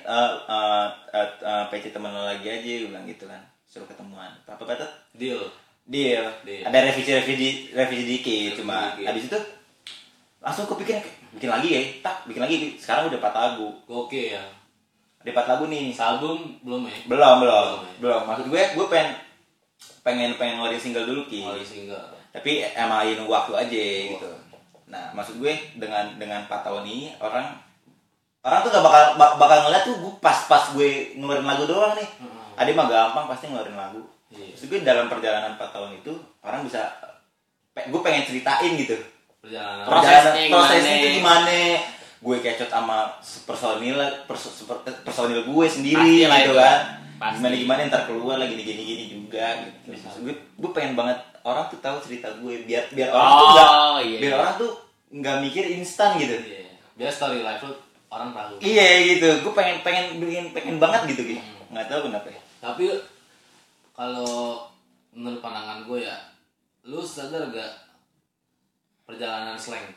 C: eh, eh, eh, PC temen lo lagi aja gue bilang gitu kan. Suruh ketemuan. Apa kata?
A: Deal.
C: Deal.
A: Deal.
C: Ada revisi revisi revisi
A: Revisi
C: dikit cuma
A: dikit.
C: habis itu langsung kepikiran kayak, bikin lagi ya. Tak, bikin lagi. Sekarang udah 4 lagu.
A: Oke ya.
C: Ada 4 lagu nih.
A: Album belum ya?
C: belum belum
A: Belum ya?
C: belum maksud gue gue pengen pengen pengen ngeluarin single dulu ki
A: Mulai single.
C: tapi emang lagi nunggu waktu aja gitu nah maksud gue dengan dengan 4 tahun ini orang orang tuh gak bakal bak- bakal ngeliat tuh gue pas pas gue ngeluarin lagu doang nih ada mah gampang pasti ngeluarin lagu
A: Hmm. Iya.
C: terus gue dalam perjalanan 4 tahun itu orang bisa pe- gue pengen ceritain gitu
A: perjalanan
B: Pro-
C: Perjalanan-
B: Prosesnya
C: prosesnya
B: gimana?
C: itu gimana gue kecot sama personil perso- super- personil gue
B: Pasti
C: sendiri
B: lah
C: gitu
B: itu.
C: kan
B: Pasti. Iya.
C: gimana gimana ntar keluar lagi gini gini, gini juga gitu Maksud gue gue pengen banget orang tuh tahu cerita gue biar biar orang tuh gak,
B: Oh iya.
C: biar orang tuh nggak mikir instan gitu
A: Iya. biar story life lu orang tahu
C: Iya gitu, gue pengen pengen pengen pengen banget gitu gitu. Nggak tahu kenapa. ya.
A: tapi kalau menurut pandangan gue ya lu sadar gak perjalanan slang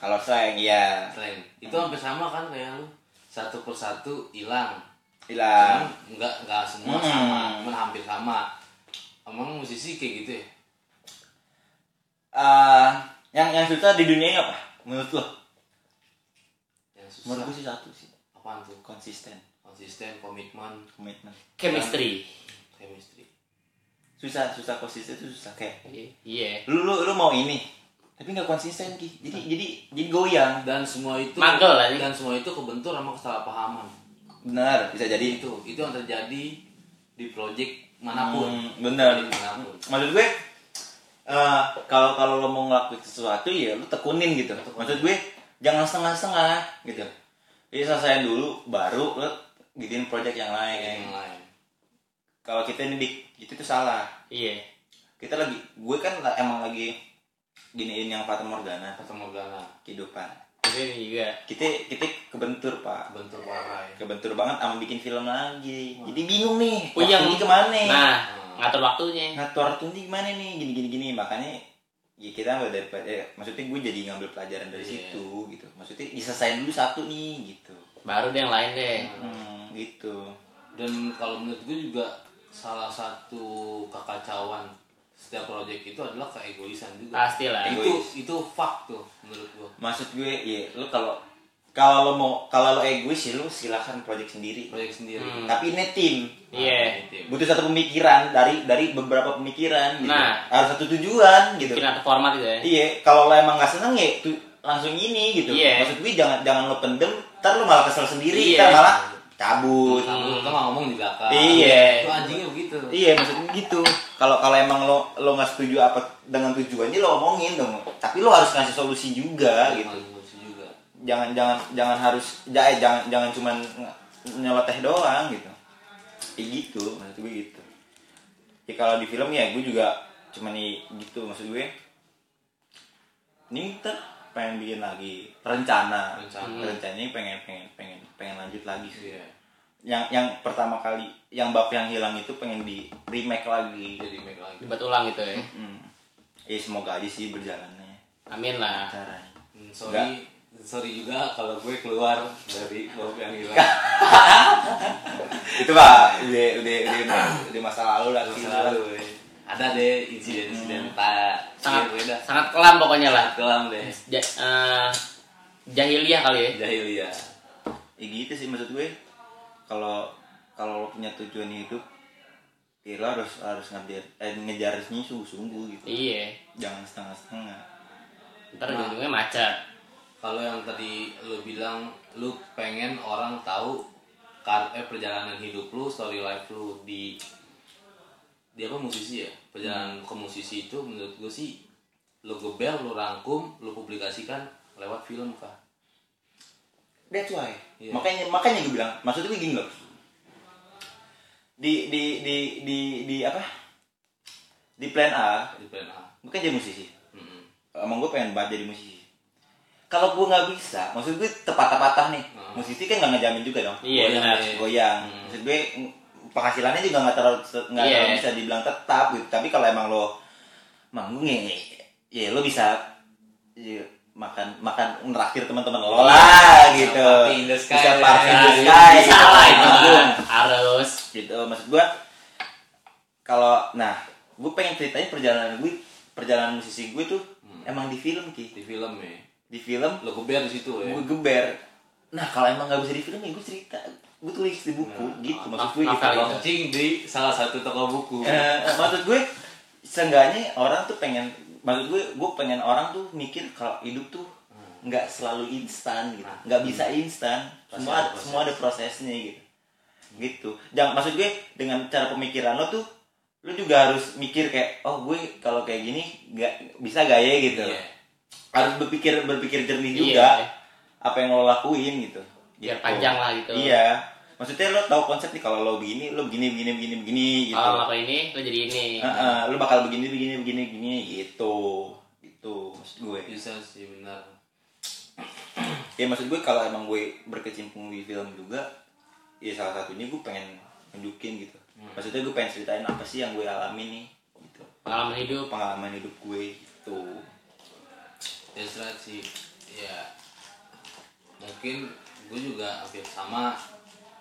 C: Kalau sayang ya
A: slang itu hampir sama kan kayak lu satu persatu hilang
C: hilang.
A: Cuman nggak nggak semua
C: Hmm.
A: sama cuman hampir sama emang musisi kayak gitu ya
C: Eh, yang yang susah di dunia ini apa? Menurut lo?
A: yang susah
C: Menurut gue sih satu sih,
A: apaan tuh
C: konsisten,
A: konsisten komitmen
C: komitmen.
B: Chemistry.
A: chemistry
C: Susah susah konsisten itu susah kayak.
B: Iya.
C: Lu lu lu mau ini, tapi nggak konsisten ki. Jadi jadi jadi goyang.
A: dan semua itu
B: Magel lah, ya.
A: dan semua itu kebentur sama kesalahpahaman
C: Benar, bisa jadi.
A: itu itu yang terjadi di project manapun
C: Hmm, benar.
A: Project manapun
C: Maksud gue eh, kalau kalau lo mau ngelakuin sesuatu ya lo tekunin gitu. Maksud gue jangan setengah-setengah gitu. Jadi selesaiin dulu baru lo gituin project yang
A: yang
C: lain.
A: lain
C: Kalau kita ini dik, itu tuh salah.
B: Iya.
C: Kita lagi gue kan la- emang lagi giniin yang Fata Morgana
A: ketemu Gana
C: kehidupan.
B: Ini juga.
C: Kita kita kebentur, Pak.
A: bentur parah ya
C: Kebentur banget sama bikin film lagi. Jadi bingung nih.
B: Puyeng.
C: waktunya kemana?
B: Oh iya, Nah,
A: Hmm.
B: ngatur waktunya.
C: ngatur tuh nih gimana nih gini gini gini makanya ya kita nggak daripada ya, maksudnya gue jadi ngambil pelajaran dari
A: Iya.
C: situ gitu maksudnya diselesain dulu satu nih gitu
B: Baru deh yang lain deh.
C: hmm, gitu
A: dan kalau menurut gue juga salah satu kekacauan setiap project itu adalah keegoisan juga
B: Pasti lah.
A: itu itu fak tuh menurut gue
C: maksud gue ya lu kalau kalau lo mau kalau lo egois ya lo silakan project sendiri
A: project sendiri Nah, gitu ya.
B: Hmm.
C: tapi ini tim
B: Iya.
A: Tim.
C: butuh satu pemikiran dari dari beberapa pemikiran gitu.
B: Nah.
C: harus satu tujuan gitu
B: Bikin atau format gitu ya.
C: iya kalau lo emang nggak seneng ya tu- langsung ini gitu
B: Iya.
C: maksud gue jangan jangan lo pendem ntar lo malah kesel sendiri
B: Iya.
C: ntar malah cabut
A: Kamu kita nggak ngomong di belakang.
C: Iya.
A: Itu anjingnya begitu.
C: Iya maksudnya gitu. Kalau kalau emang lo lo nggak setuju apa dengan tujuannya lo omongin dong. Tapi lo harus ngasih solusi juga gitu.
A: Paling lucu juga.
C: Jangan jangan jangan harus ja- eh, jangan jangan cuman nge- nyeloteh doang gitu. Ya gitu maksud gue gitu. Ya kalau di film ya gue juga cuman i- gitu maksud gue. Ini ntar pengen bikin lagi rencana Hmm.
A: Rencana.
C: rencananya pengen pengen pengen pengen lanjut lagi sih
A: Iya.
C: yang yang pertama kali yang bab yang hilang itu pengen di remake lagi
A: Jadi make lagi.
B: Dibuat ulang gitu ya.
C: Hmm. ya semoga aja sih berjalannya
B: Amin lah.
C: caranya
A: Hmm, Sorry, sorry juga kalau gue keluar dari bau yang hilang.
C: itu pak udah udah udah udah masa lalu lah
A: Masa
C: sih.
A: lalu. ya. Ada deh insiden-insiden tak.
B: Sangat
A: Iya, beda.
B: sangat kelam pokoknya lah.
A: Kelam deh.
B: Ja, eh, jahiliyah kali ya.
A: Jahiliyah.
C: ya gitu sih maksud gue kalau kalau lo punya tujuan hidup ya lo harus harus ngejar eh, ngejarnya sungguh-sungguh gitu
B: Iya.
C: jangan setengah-setengah
B: Ntar ujung-ujungnya macet.
A: Kalau yang tadi lu bilang lu pengen orang tahu kar eh, perjalanan hidup lu, story life lu di di apa musisi ya? Perjalanan ke musisi itu menurut gue sih lu gebel, lu rangkum, lu publikasikan lewat film kah?
C: That's why.
A: Iya.
C: Makanya makanya gue bilang, maksud gue gini loh. Di di di di di apa? Di plan A,
A: Di plan A.
C: gue kan jadi musisi.
A: Mm-mm.
C: Emang gue pengen banget jadi musisi. Kalau gue nggak bisa, maksud gue tepatah-patah nih.
A: Hmm.
C: Musisi kan nggak ngejamin juga dong.
B: Iya
A: Goyang
B: benar.
A: deh.
C: Goyang.
A: Hmm.
C: Maksud gue ng- penghasilannya juga nggak terlalu nggak
B: Iya.
C: terlalu bisa dibilang tetap gitu. Tapi kalau emang lo manggung ya, ya lo bisa ya, makan makan neraktir teman-teman lo lah gitu
A: party Iya, in the sky,
C: bisa
A: ya.
C: party in the
A: Ya,
C: sky
B: Bisa lah itu
C: Manggung.
B: mah. Harus.
C: gitu maksud gua kalau nah gue pengen ceritain perjalanan gue perjalanan musisi gue tuh emang di film ki
A: Di film ya.
C: di film
A: Lu gebel di situ ya.
C: gue geber nah kalau emang nggak bisa di film ya gue cerita gue tulis di buku gitu maksud gue gitu
B: novel gitu.
A: Launching di salah satu toko buku.
C: Eh, maksud gue seenggaknya orang tuh pengen maksud gue gue pengen orang tuh mikir kalau hidup tuh
B: Hmm.
C: nggak selalu instan gitu
B: Nah,
C: nggak bisa instan
A: Pasti
C: semua
A: ada proses.
C: semua ada prosesnya gitu
B: Hmm.
C: gitu jangan maksud gue dengan cara pemikiran lo tuh lo juga harus mikir kayak oh gue kalau kayak gini nggak bisa gaya gitu
A: Iya.
C: harus berpikir berpikir jernih
B: Iya.
C: juga apa yang lo lakuin gitu
B: biar
C: Gitu.
B: panjang lah gitu
C: iya maksudnya lo tahu konsep nih kalau lo begini lo begini begini begini begini gitu
B: kalau ngelakuin ini lo jadi ini
C: Heeh, lu bakal begini begini begini begini gitu gitu maksud gue
A: bisa sih benar
C: ya maksud gue kalau emang gue berkecimpung di film juga ya salah satunya gue pengen nunjukin gitu maksudnya gue pengen ceritain apa sih yang gue alami nih gitu
B: pengalaman hidup
C: pengalaman hidup gue gitu
A: That's right sih ya mungkin gue juga hampir sama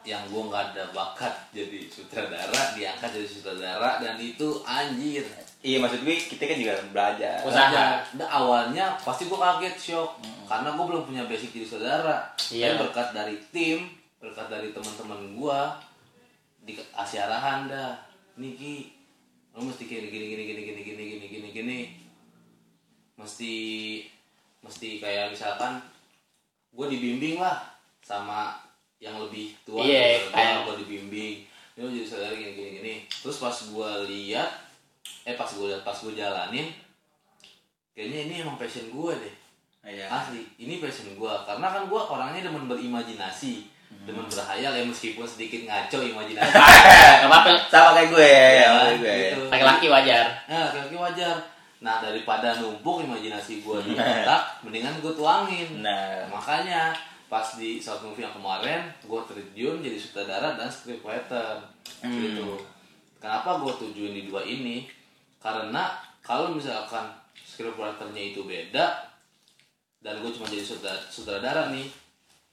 A: yang gue nggak ada bakat jadi sutradara diangkat jadi sutradara dan itu anjir
C: iya maksud gue kita kan juga belajar
B: usaha Hmm.
A: Dan awalnya pasti gue kaget shock karena gue belum punya basic jadi saudara
B: Iya.
A: tapi berkat dari tim berkat dari teman-teman gue dikasih arahan dah Niki lo mesti gini gini gini gini gini gini gini gini gini mesti mesti kayak misalkan gue dibimbing lah sama yang lebih tua
B: Iya,
A: gue
B: kayak-
A: gue dibimbing ini lo jadi saudara gini gini gini terus pas gue lihat eh pas gue pas gue jalanin kayaknya ini emang passion gue deh
C: iya
A: asli ini passion gue karena kan gue orangnya demen berimajinasi
B: Hmm.
A: demen berhayal ya meskipun sedikit ngaco imajinasi
B: *laughs* nggak apa-apa
C: sama kayak gue
A: Ya,
C: sama kayak gue
A: gitu.
B: laki-laki wajar
A: nah laki-laki wajar nah daripada numpuk imajinasi gue di
B: *laughs*
A: otak mendingan gue tuangin
C: nah
A: makanya pas di short movie yang kemarin gue terjun jadi sutradara dan scriptwriter gitu kenapa gue tujuin di dua ini karena kalau misalkan scriptwriternya itu beda dan gue cuma jadi sutra- sutradara nih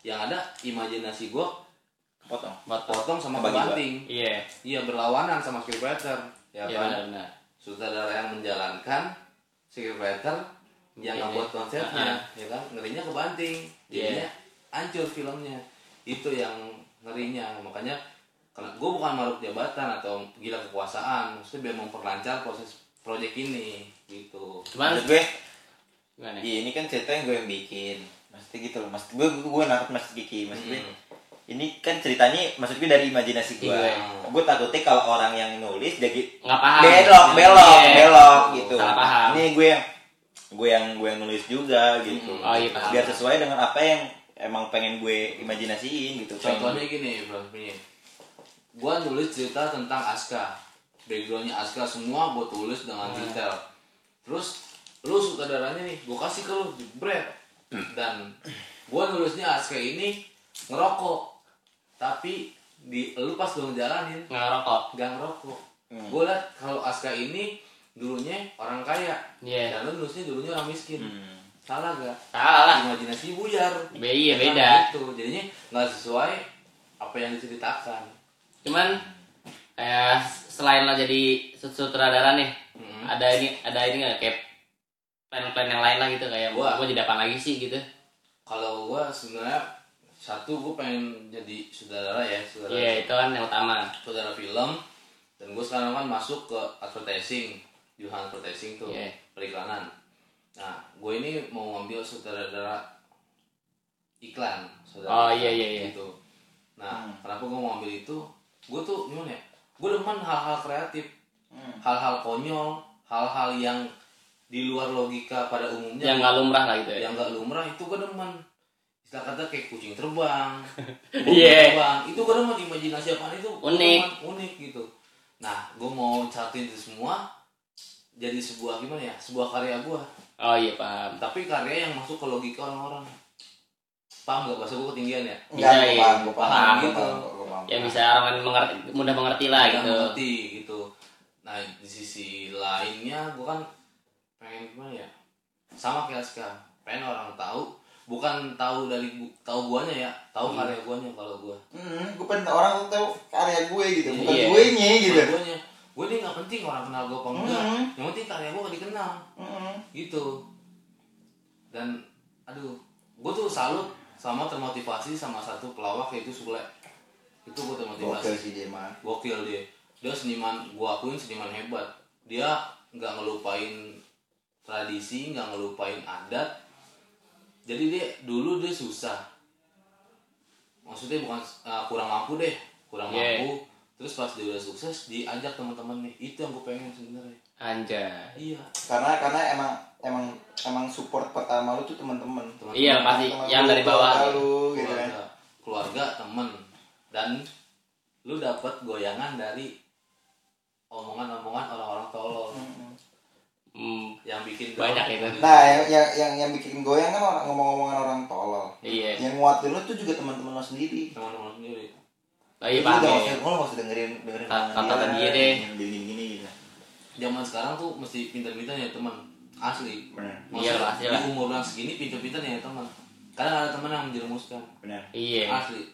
A: yang ada imajinasi gue
C: potong
A: potong sama
C: Kebagi dua.
A: kebanting
B: iya
A: iya berlawanan sama scriptwriter ya
B: iya
A: kan
B: benar-benar
A: sutradara yang menjalankan scriptwriter yang
B: Iya.
A: ngebuat konsepnya
B: Ah.
A: ya kan ngerinya kebanting jadinya hancur filmnya itu yang ngerinya makanya karena gue bukan maruk jabatan atau gila kekuasaan maksudnya biar memperlancar proses proyek ini gitu
B: cuman
C: maksud gue
B: gimana ya?
C: Iya ini kan cerita yang gue yang bikin Maksudnya gitu loh Maksud gue, gue, gue nangkep Mas Kiki Maksud gue
B: Hmm.
C: Ini kan ceritanya Maksud gue dari imajinasi gue
B: Iya.
C: Gue takutnya kalau orang yang nulis Jadi
B: nggak paham
C: belok, belok,
B: Iya.
C: belok gitu
B: Salah paham.
C: Ini gue yang Gue yang gue yang nulis juga gitu
B: Oh, iya, paham.
C: Biar sesuai dengan apa yang Emang pengen gue imajinasiin gitu
A: contohnya gini bro ini gue nulis cerita tentang Aska backgroundnya Aska semua gue tulis dengan detail terus lu sutradaranya nih gue kasih ke lu jebret dan gue nulisnya Aska ini ngerokok tapi di lu pas lu ngejalanin
B: nggak ngerokok
A: gak ngerokok gue liat kalau Aska ini dulunya orang kaya
B: Iya.
A: dan lu nulisnya dulunya orang miskin
C: Hmm.
A: salah gak
B: salah lah
A: imajinasi buyar
B: Be- iya,
A: Karena
B: beda.
A: gitu jadinya nggak sesuai apa yang diceritakan
B: cuman kayak selain lo jadi sut- sutradara nih
A: Mm.
B: ada ini ada ini nggak kayak plan-plan yang lain lah gitu kayak
A: Wah.
B: gua jadi apa lagi sih gitu
A: kalau gua sebenarnya satu gua pengen jadi saudara ya saudara
B: iya itu kan yang utama
A: saudara film dan gue sekarang kan masuk ke advertising jurusan advertising tuh
B: Iya.
A: periklanan nah gue ini mau ngambil sutradara iklan
B: Oh,
A: saudara
B: iya, iya, Hmm. iya.
A: gitu nah kenapa gue mau ngambil itu gue tuh gimana ya gue demen hal-hal kreatif
C: Hmm.
A: hal-hal konyol hal-hal yang di luar logika pada umumnya
B: yang nggak lumrah lah gitu ya
A: yang nggak lumrah itu gue demen istilah kata kayak kucing
B: *laughs*
A: terbang mobil
B: Iya.
A: terbang itu gue demen imajinasi apaan itu gua
B: Unik.
A: demen, unik gitu nah gue mau catin itu semua jadi sebuah gimana ya sebuah karya gue
B: oh iya paham
A: tapi karya yang masuk ke logika orang-orang paham gak bahasa gue ketinggian ya
C: Enggak,
B: Bisa,
C: gue
B: iya.
C: paham, gue paham,
A: Paham
C: gue
A: gitu.
C: paham, gue paham.
B: yang bisa orang mengerti, mudah mengerti lah
A: Yang
B: gitu
A: mengerti gitu nah di sisi lainnya gue kan pengen gimana ya sama kayak sekarang pengen orang tahu bukan tahu dari bu- tahu guanya ya tahu karya guanya kalau gua
E: Hmm, gue pengen orang tahu karya gue gitu, bukan
B: Iya.
E: gue nya gitu.
A: Gue nya gue ini nggak penting orang kenal gue apa enggak
E: Hmm.
A: yang penting karya gue dikenal
E: Hmm.
A: gitu dan aduh gue tuh salut sama termotivasi sama satu pelawak yaitu Sule itu gue
E: Gokil
A: termotivasi
E: sih dia mah.
A: gokil dia dia seniman gue akuin seniman hebat dia nggak ngelupain tradisi nggak ngelupain adat jadi dia dulu dia susah maksudnya bukan eh, kurang mampu deh kurang
B: Iya.
A: mampu terus pas dia udah sukses diajak teman-teman nih itu yang gue pengen sebenarnya
B: Anjay.
A: iya
E: karena karena emang emang emang support pertama lu tuh teman-teman
A: teman
B: Iya pasti
E: Teman-teman
B: yang
E: lu,
B: dari
E: keluarga
B: bawah.
C: Iya.
E: lu gitu kan
A: keluarga keluarga temen dan lu dapat goyangan dari omongan-omongan orang-orang tolol
B: Hmm,
A: yang bikin gitu.
B: Banyak
A: down.
B: itu.
E: nah yang yang yang, yang bikin goyang kan orang ngomong-ngomongan orang tolol
B: iya.
E: yang nguatin lu tuh juga teman-teman lu sendiri
A: teman-teman sendiri
E: Lu
B: Lagi
C: Iya.
E: nggak
B: pakai.
E: usah- lu nggak usah dengerin dengerin
B: Kata-
E: omongan
B: iya. kata dia deh.
E: gini gini gitu
A: zaman sekarang tuh mesti pintar-pintar ya teman asli
C: benar
B: Iya,
A: Maksudnya,
B: pasti lah.
A: di umur orang segini pintar-pintar ya teman kadang ada teman yang menjerumuskan
C: benar
B: Iya.
A: asli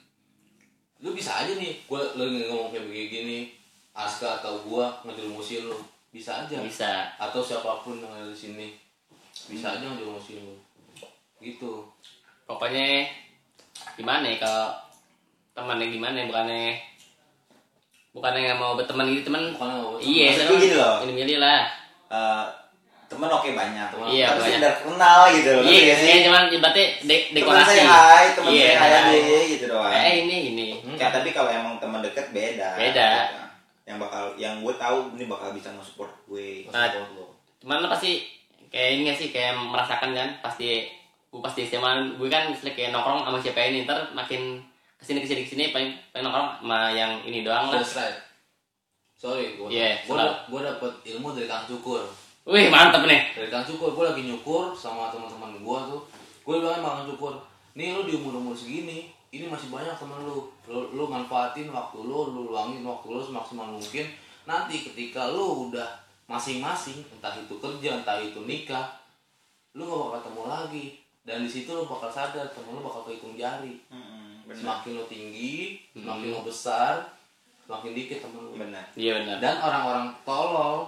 A: lu bisa aja nih gue lagi ngomong kayak begini Aska atau gua ngejerumusin lu bisa aja
B: Iya, Bisa.
A: atau siapapun yang ada di sini bisa aja ngejerumusin lu gitu
B: Pokoknya gimana ya kalau temannya gimana ya, bukannya bukannya nggak mau berteman gitu teman
A: bukan apa
B: iya
C: Maksud gue
E: gitu
C: gini loh.
B: ini milih lah
C: Eh, temen oke banyak
A: Temen
B: iya
E: tapi
B: banyak
E: sekedar kenal gitu loh
B: iya
E: ngerti
B: iya
E: nggak sih?
B: cuman berarti de-
E: teman
B: dekorasi
E: saya hai teman
B: Iya,
E: saya hai
B: hai.
E: aja gitu doang
B: eh ini ini
C: Ya, tapi kalau emang teman dekat beda.
B: Beda.
C: Yang bakal yang gue tahu ini bakal bisa nge-support gue.
A: Maksud gua lu.
B: cuman lo pasti kayak ini gak sih kayak merasakan kan pasti gue pasti SMA gue kan misalnya kayak nongkrong sama siapa ini ntar makin kesini kesini kesini paling paling nongkrong sama yang ini doang lah
A: That's right sorry gue
B: Iya,
A: gue
B: selalu.
A: dapet ilmu dari kang cukur
B: wih mantep nih
A: dari kang cukur gue lagi nyukur sama teman-teman gue tuh gue bilang sama kang cukur nih lu di umur umur segini ini masih banyak temen lu lu, lu manfaatin waktu lu lu luangin waktu lu semaksimal mungkin nanti ketika lu udah masing-masing entah itu kerja entah itu nikah lu gak bakal ketemu lagi dan di situ lu bakal sadar temen lu bakal kehitung jari
C: Mm-mm, Benar. Hmm.
A: semakin lu tinggi semakin lu besar semakin dikit temen lu
C: Benar.
B: iya benar
A: dan orang-orang tolol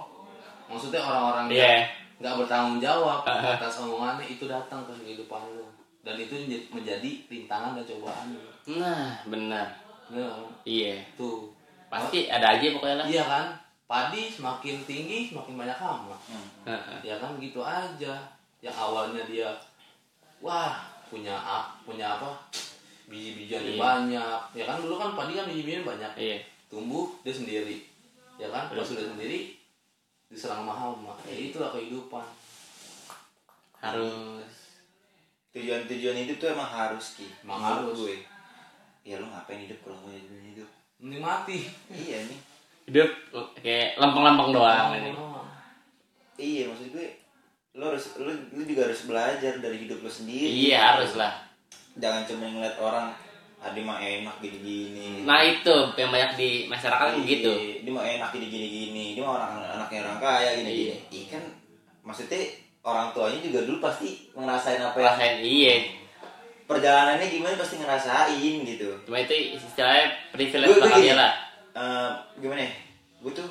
A: maksudnya orang-orang
B: iya
A: nggak bertanggung jawab atas omongannya itu datang ke kehidupan lu dan itu menje- menjadi rintangan dan cobaan lu
B: nah benar
A: Bener nggak?
B: iya
A: tuh
B: pasti ya. ada aja pokoknya lah
A: iya kan padi semakin tinggi semakin banyak hama
B: Heeh.
A: ya kan gitu aja yang awalnya dia wah punya a- punya apa biji-bijian yang
B: Iya.
A: banyak ya kan dulu kan padi kan biji-bijian banyak
B: iya
A: tumbuh dia sendiri ya kan pas sudah sendiri diserang sama hama ya itulah kehidupan
B: harus
C: Tujuan-tujuan hidup tuh emang harus ki.
A: Emang
C: Menurut
A: harus.
C: Gue. Ya lu ngapain hidup kalau nggak jadi hidup?
A: mending mati
C: Iya nih.
B: hidup kayak lempeng-lempeng doang ini
A: Doang.
C: Iya maksud gue. Lu harus lu, lu juga harus belajar dari hidup lu sendiri.
B: iya harus lah
C: Jangan cuma ngeliat orang ada mah enak gini-gini.
B: nah itu yang banyak di masyarakat
C: Iya,
B: gitu
C: dia mau enak gini gini gini dia mau orang anaknya orang kaya gini
B: Iya.
C: gini iya kan maksudnya orang tuanya juga dulu pasti ngerasain apa ya
B: rasain iya
C: perjalanannya gimana pasti ngerasain gitu
B: cuma itu istilahnya
C: Gue-
B: privilege
C: gue
B: bakal dia
C: gini.
B: lah
C: Eh, gimana ya gue tuh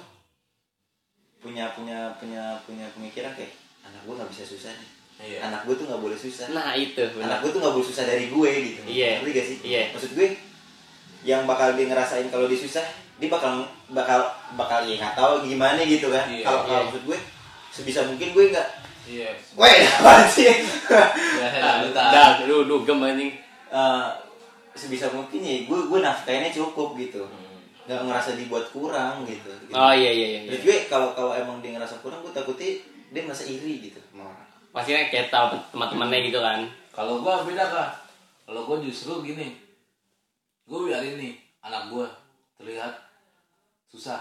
C: punya punya punya punya pemikiran kayak anak gue nggak bisa susah nih
A: Iya.
C: anak gue tuh nggak boleh susah
B: nah itu
C: anak
B: benar
C: gue tuh nggak boleh susah dari gue gitu
B: Iya.
C: ngerti gak sih
B: Iya.
C: maksud gue yang bakal dia ngerasain kalau dia susah dia bakal bakal bakal ya nggak tahu gimana gitu kan
A: Iya,
C: kalau kalau
B: iya.
C: maksud gue sebisa mungkin gue nggak
A: Yes.
C: weh *laughs* apaan sih
A: Biasa
B: Nah,
A: dangdutan.
B: dah lu dugem anjing
C: Eh, sebisa mungkin ya gue gue nafkahinnya cukup gitu nggak ngerasa dibuat kurang gitu, gitu.
B: Hmm. oh iya iya iya
C: Menurut gue kalau kalau emang dia ngerasa kurang gue takutnya dia merasa iri gitu sama orang.
B: pastinya kayak tahu teman-temannya gitu kan
A: Kalau gua beda kah? Kalau gua justru gini. Gua biarin nih anak gua terlihat susah.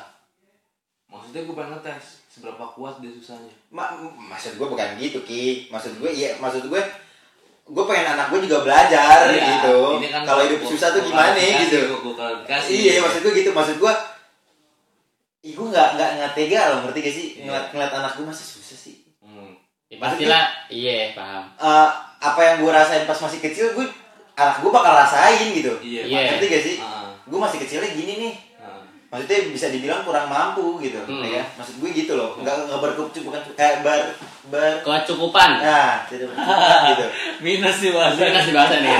A: Maksudnya gua pengen ngetes seberapa kuat dia susahnya.
C: Ma- maksud gue bukan gitu ki maksud gue iya maksud gue gue pengen anak gue juga belajar
A: Iya,
C: gitu
A: ini kan
C: kalau
A: gua-
C: hidup
A: gua-
C: susah tuh
A: gua
C: gimana
A: klarifikasi,
C: gitu
A: Gua, gua klarifikasi.
C: iya maksud gue gitu maksud gue Ih, gue nggak nggak nggak tega loh ngerti gak sih
A: Iya.
C: ngeliat ngeliat anak gue masih susah sih
A: Hmm.
B: ya, pastilah iya paham
C: Eh, apa yang gue rasain pas masih kecil gue anak gue bakal rasain gitu
A: Iya.
B: Iya.
C: ngerti gak sih
A: Heeh.
C: gue masih kecilnya gini nih
A: Heeh.
C: maksudnya bisa dibilang kurang mampu gitu
B: Hmm.
C: ya maksud gue gitu loh
A: Hmm.
C: nggak nggak berkecukup bukan eh, ber ber
B: kecukupan
C: nah tidak
B: *laughs*
C: berkecukup gitu
A: Minus sih
B: pasti
A: bahasa.
B: kasih bahasa nih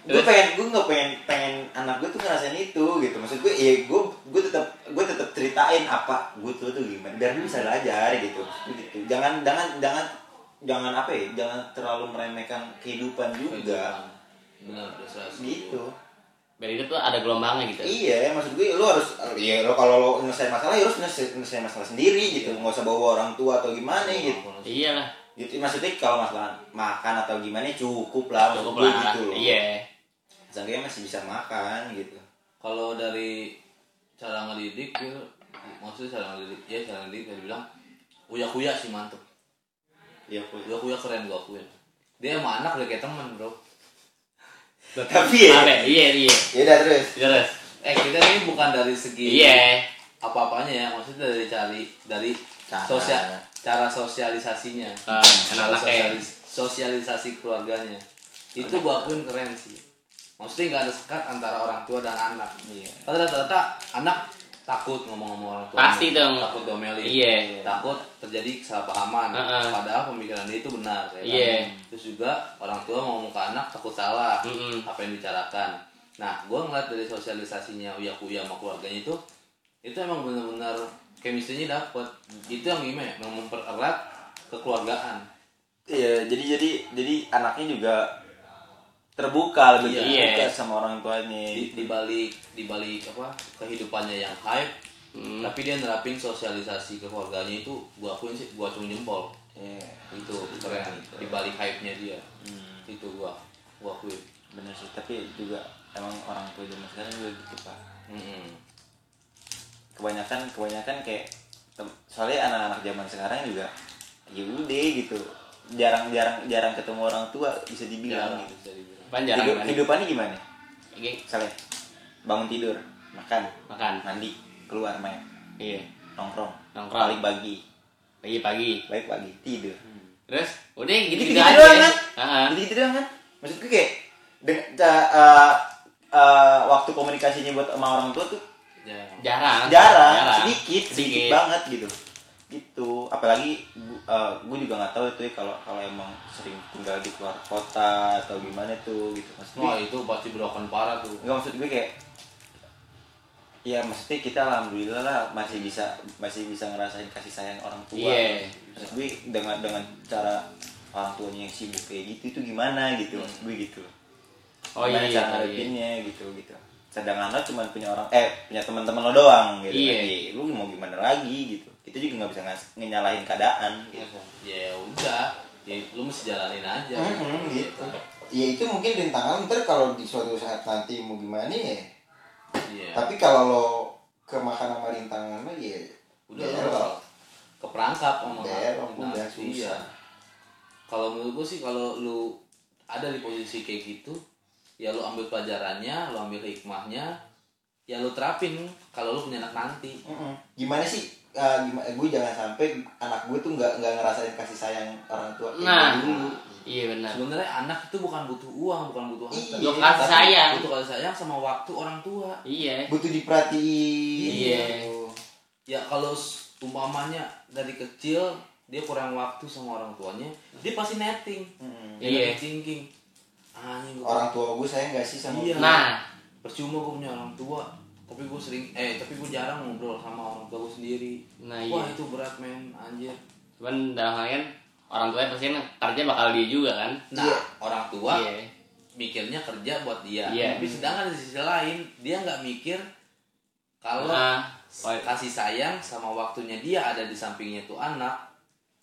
C: gue pengen gue nggak pengen pengen anak gue tuh ngerasain itu gitu maksud gue ya gue gue tetap gue tetap
B: Hmm.
C: ceritain apa gue tuh tuh gimana biar dia bisa belajar gitu Maksud gue gitu jangan jangan jangan jangan apa ya jangan terlalu meremehkan kehidupan juga
A: gitu, benar frustasi
C: gitu
B: biar itu tuh ada gelombangnya gitu
C: iya maksud gue lu harus iya lo kalau lo nyelesain masalah ya harus nyelesain, nyelesain masalah sendiri gitu nggak usah bawa orang tua atau gimana gitu
B: iya lah
C: gitu maksudnya kalau masalah makan atau gimana cukup lah maksud
B: cukup
C: gue
B: lah
C: gitu loh
B: iya
C: Seenggaknya masih bisa makan gitu
A: kalau dari cara ngedidik ya, maksudnya cara ngedidik ya cara ngedidik dia bilang uya kuya sih mantep
C: iya aku
A: uya kuya keren gua akuin dia emang anak udah kayak temen bro
C: tapi
B: Maaf
C: ya
B: ya iya iya
C: ya udah terus
B: terus
A: eh kita ini bukan dari segi
B: iya
A: apa-apanya ya maksudnya dari cari dari
C: Cara.
A: sosial cara sosialisasinya
B: Ah,
A: Cara
B: anak-anaknya
A: sosialis- sosialisasi keluarganya itu gua akuin keren sih maksudnya nggak ada sekat antara orang tua dan anak
C: Iya.
A: Padahal rata-rata anak takut ngomong sama orang tua
B: Pasti dong.
A: takut domelin
B: iya
A: takut terjadi kesalahpahaman
B: Heeh.
A: padahal pemikiran dia itu benar ya kan?
B: Iya. Hmm.
A: terus juga orang tua mau ngomong ke anak takut salah
B: Mm-mm.
A: apa yang dibicarakan nah gue ngeliat dari sosialisasinya uya kuya sama keluarganya itu itu emang benar-benar chemistry-nya dapet
B: Hmm.
A: itu yang gimana ya, yang mempererat kekeluargaan
C: Iya, jadi jadi jadi anaknya juga terbuka lebih
A: Iya.
C: terbuka sama orang tuanya.
A: di, di balik di balik apa kehidupannya yang hype
B: Hmm.
A: tapi dia nerapin sosialisasi kekeluarganya itu gua akuin sih gua acung jempol
C: Iya, hmm,
A: itu keren di balik hype nya dia itu gua gua akuin
C: bener sih. Tapi juga emang orang tua zaman sekarang juga gitu pak.
A: Mm-mm.
C: Kebanyakan kebanyakan kayak tem- soalnya anak-anak zaman sekarang juga ya udah gitu jarang jarang jarang ketemu orang tua bisa
F: Iya.
C: dibilang
A: Jarang
C: gitu.
A: bisa dibilang.
B: Pan jarang
C: Hidup-
B: kan?
C: hidupannya gimana?
B: Oke,
C: Misalnya bangun tidur, makan,
B: makan
C: mandi, keluar main,
B: iya
C: nongkrong,
B: nongkrong
C: balik pagi,
B: pagi pagi
C: balik pagi tidur.
B: terus udah gitu gitu
C: Gitu-gitu
B: aja
C: doang, kan?
B: Heeh.
C: gitu gitu doang kan maksud gue kayak deng- ca- eh, eh, waktu komunikasinya buat sama orang tua tuh
A: Jarang.
B: jarang
C: Ah, jarang, sedikit, sedikit
B: Sedikit.
C: banget gitu gitu apalagi gu- eh, gue juga nggak tahu itu ya kalau kalau emang sering tinggal di luar kota atau gimana tuh gitu maksud gue
A: Wah itu pasti broken parah tuh.
C: nggak maksud gue kayak ya maksudnya kita alhamdulillah lah masih bisa masih bisa ngerasain kasih sayang orang tua
B: Iya.
C: maksud gue dengan dengan cara orang tuanya yang sibuk kayak gitu itu gimana gitu maksud gue gitu
B: Hmm. oh
C: gimana
B: iya
C: cara
B: iya.
C: ngadepinnya gitu gitu sedangkan lo cuma punya orang eh punya teman-teman lo doang gitu
B: Iya.
C: Iya, lu mau gimana lagi gitu kita juga nggak bisa ngas- ngenyalahin keadaan gitu
A: Ya udah, ya lu mesti jalanin aja. Iya.
C: Mhm, gitu.
F: ya itu mungkin rintangan ntar kalau di suatu saat nanti mau gimana ya
A: Iya.
F: tapi kalau lo kemakan sama rintangan lo ya
A: Udah
B: Iya.
F: ya,
A: lo keperangkap sama
F: Udah,
A: orang
F: udah
A: Nah,
F: susah.
A: iya. Kalau menurut gua sih kalau lu ada di posisi kayak gitu, ya lu ambil pelajarannya, lu ambil hikmahnya, ya lu terapin kalau lu punya anak nanti.
F: Mm-mm. gimana sih eh, gimana gue jangan sampai anak gue tuh nggak nggak ngerasain kasih sayang orang tua kayak
B: nah
F: gue dulu
B: iya benar
A: Sebenarnya anak itu bukan butuh uang, bukan butuh harta.
F: Iya,
A: Tapi
B: kasih sayang.
A: Butuh kasih sayang sama waktu orang tua.
B: iya
F: butuh diperhatiin gitu.
B: Iya.
A: ya kalau s- umpamanya dari kecil dia kurang waktu sama orang tuanya dia pasti netting
F: Mm-mm.
A: dia
B: Iya.
A: lebih thinking anjing gue
F: Hmm. orang tua gue sayang gak sih sama
A: Iya.
F: gue?
B: nah
A: percuma gue punya orang tua tapi gue sering eh tapi gue jarang ngobrol sama orang tua gue sendiri
B: nah
A: wah
B: iya
A: itu berat men anjir
B: cuman dalam hal ini kan orang tuanya pasti kan kerja bakal dia juga kan
A: nah
F: Iya.
A: orang tua
B: iya
A: mikirnya kerja buat dia
B: Iya.
A: tapi sedangkan di sisi lain dia nggak mikir kalau
B: nah oh,
A: kasih sayang sama waktunya dia ada di sampingnya tuh anak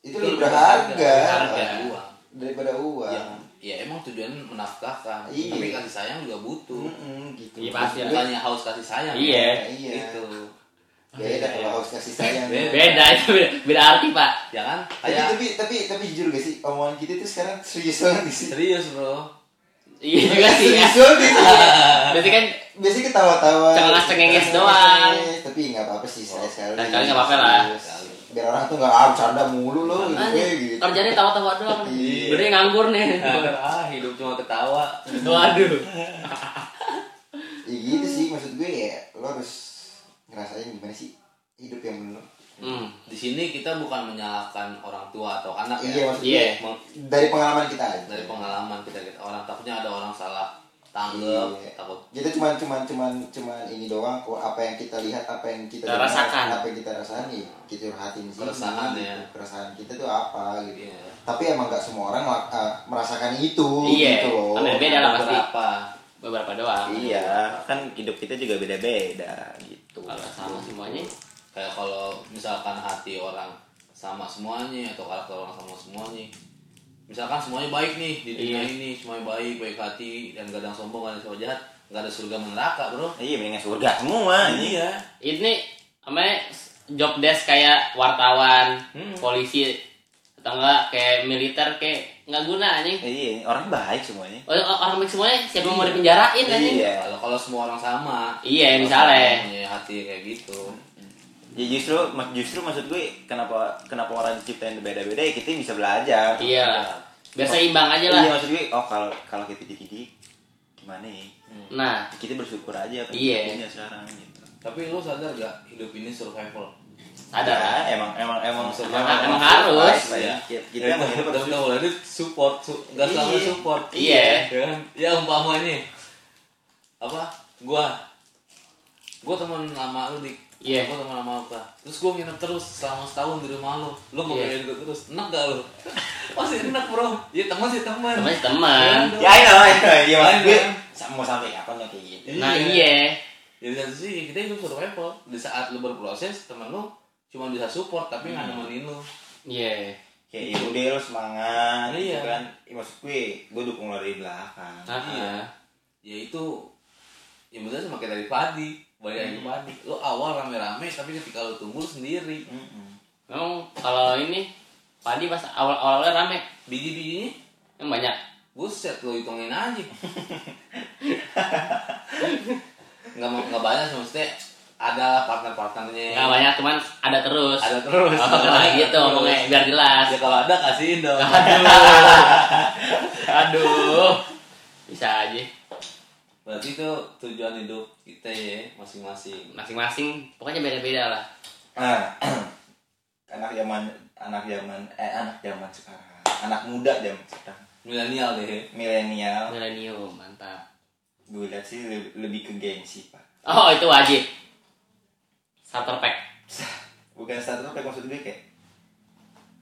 F: itu lebih berharga
B: Iya, Berharga. Iya.
A: uang
F: daripada uang
A: ya, ya emang tujuan menafkahkan
F: Iya.
A: tapi kasih sayang juga butuh
F: Mm-mm, gitu
B: Iya, pasti lah.
A: bukannya haus kasih sayang
B: Iya.
A: ya.
F: Iya.
A: itu
F: beda kalau harus kasih sayang
A: Beda.
B: beda *laughs* itu beda, beda arti pak
A: ya kan
F: tapi,
B: Iya.
A: kayak
F: tapi tapi tapi jujur gak sih omongan kita tuh sekarang serius banget di sini
A: serius bro
B: iya juga sih ya
F: serius banget di sini.
B: *laughs* berarti kan
F: biasanya ketawa-tawa
C: gitu.
B: Cengenges- cengenges doang. Oh,
F: tapi nggak apa-apa sih saya sekali
B: Sekali nggak apa-apa lah.
F: biar orang tuh
C: "Ah,
F: nggak harus canda mulu loh gitu
B: Ah,
C: Iya,
F: gue gitu
B: kerjanya tawa-tawa doang
F: Iya.
B: berarti nganggur nih
A: ah hidup cuma ketawa
B: waduh
F: ya gitu sih maksud gue ya lo harus ngerasain gimana sih hidup yang bener
B: hmm.
A: di sini kita bukan menyalahkan orang tua atau anak
F: iya
A: ya
F: maksud
B: Iya.
F: gue
A: Meng-
F: dari pengalaman kita aja
A: dari pengalaman kita kita orang takutnya ada orang salah tanggap
G: Iya.
A: takut
G: Jadi cuman cuman cuman cuman ini doang kok apa yang kita lihat, apa yang kita
B: Kita
G: dengar,
B: rasakan.
G: apa yang kita
C: ya
G: rasani, kita curhatin sih.
A: Keresahan
C: Gitu.
A: ya.
G: Keresahan kita tuh apa gitu.
A: Iya.
G: Tapi emang nggak semua orang lak- eh, merasakan itu
B: Iya,
G: gitu loh.
B: karena beda lah pasti.
A: Beberapa.
B: Beberapa doang.
C: Iya, kan hidup kita juga beda-beda gitu.
B: Kalau sama semuanya,
A: kayak kalau misalkan hati orang sama semuanya atau karakter orang sama semuanya misalkan semuanya baik nih di dunia
B: Iya.
A: ini semuanya baik baik hati dan gak ada yang sombong gak ada yang sok jahat gak ada surga dan neraka bro
C: Iya, mendingan surga
B: Nah,
C: semua. Iya.
A: iya
B: ini namanya job desk kayak wartawan, polisi, atau enggak kayak militer kayak nggak guna anjing.
C: Iya, orang baik semuanya.
B: Orang orang baik semuanya siapa yang mau dipenjarain anjing?
C: Iya.
A: kalau kalau semua orang sama
B: Iya,
A: Kalau
B: misalnya.
A: semua punya hati kayak gitu
C: Ya justru mak- justru maksud gue kenapa kenapa orang diciptain beda-beda ya kita bisa belajar.
B: Iya. Biasa imbang aja lah.
C: Iya maksud gue oh kalau kalau kita dididik gimana ya?
B: Nah,
C: Kita bersyukur aja apa
B: Iya.
C: yang punya sekarang gitu.
A: tapi lu sadar gak hidup ini survival
B: sadar. ah.
C: Ya, emang emang emang
B: Emang- emang harus. Ya,
A: Ya.
C: Iya. Kita
A: kita
C: emang hidup
A: hidup
C: harus
A: udah mulai itu support su gak selalu support
B: Iya.
A: ya kan? ya umpamanya apa gua gua teman lama lu dik
B: Iya.
A: gua teman lama lu Kak. terus gua nginep terus selama setahun di rumah lu lu
B: Iya.
A: ngomelin gua terus enak gak lu *laughs* masih enak bro ya teman sih teman
B: Teman sih teman.
C: Ya, I know, I know. Iya, maksud gue
A: Iya.
C: sa- mau sampai kapan ya kayak gitu.
B: Nah, iya.
A: jadi Ya, satu sisi kita hidup survival di saat lu berproses teman lu cuma bisa support tapi nggak
B: Hmm.
A: nemenin lu
B: Iya.
C: Kayak ya udah lo semangat
A: Iya.
C: gitu kan. Ya, maksud gue gue dukung lo dari belakang. Iya.
B: Ah, ah.
A: ya itu ya maksudnya sama kayak dari padi balik lagi ke
B: Hmm.
A: padi lo awal rame-rame tapi ketika lo tumbuh lo sendiri
B: Memang kalau ini padi pas awal-awalnya rame,
A: biji-bijinya
B: yang banyak.
A: buset lo hitungin aja
B: *laughs*
A: nggak mau- nggak banyak sih maksudnya ada partner-partnernya
B: Nggak banyak, cuman ada terus.
A: Iya. ada terus
B: Oh, gitu ngomongnya biar jelas.
A: ya kalau ada kasihin dong
B: Aduh. Bisa aja.
A: berarti itu tujuan hidup kita ya masing-masing
B: Masing-masing pokoknya beda-beda lah.
C: Nah, *clears throat* anak zaman anak zaman eh anak zaman sekarang. Anak muda zaman sekarang.
A: milenial deh ya.
C: Milenial
B: Millennium, mantap.
C: gue lihat sih le- lebih ke gengsi, Pak.
B: Oh, itu wajib. Starter pack.
C: Bukan status tapi maksud gue kayak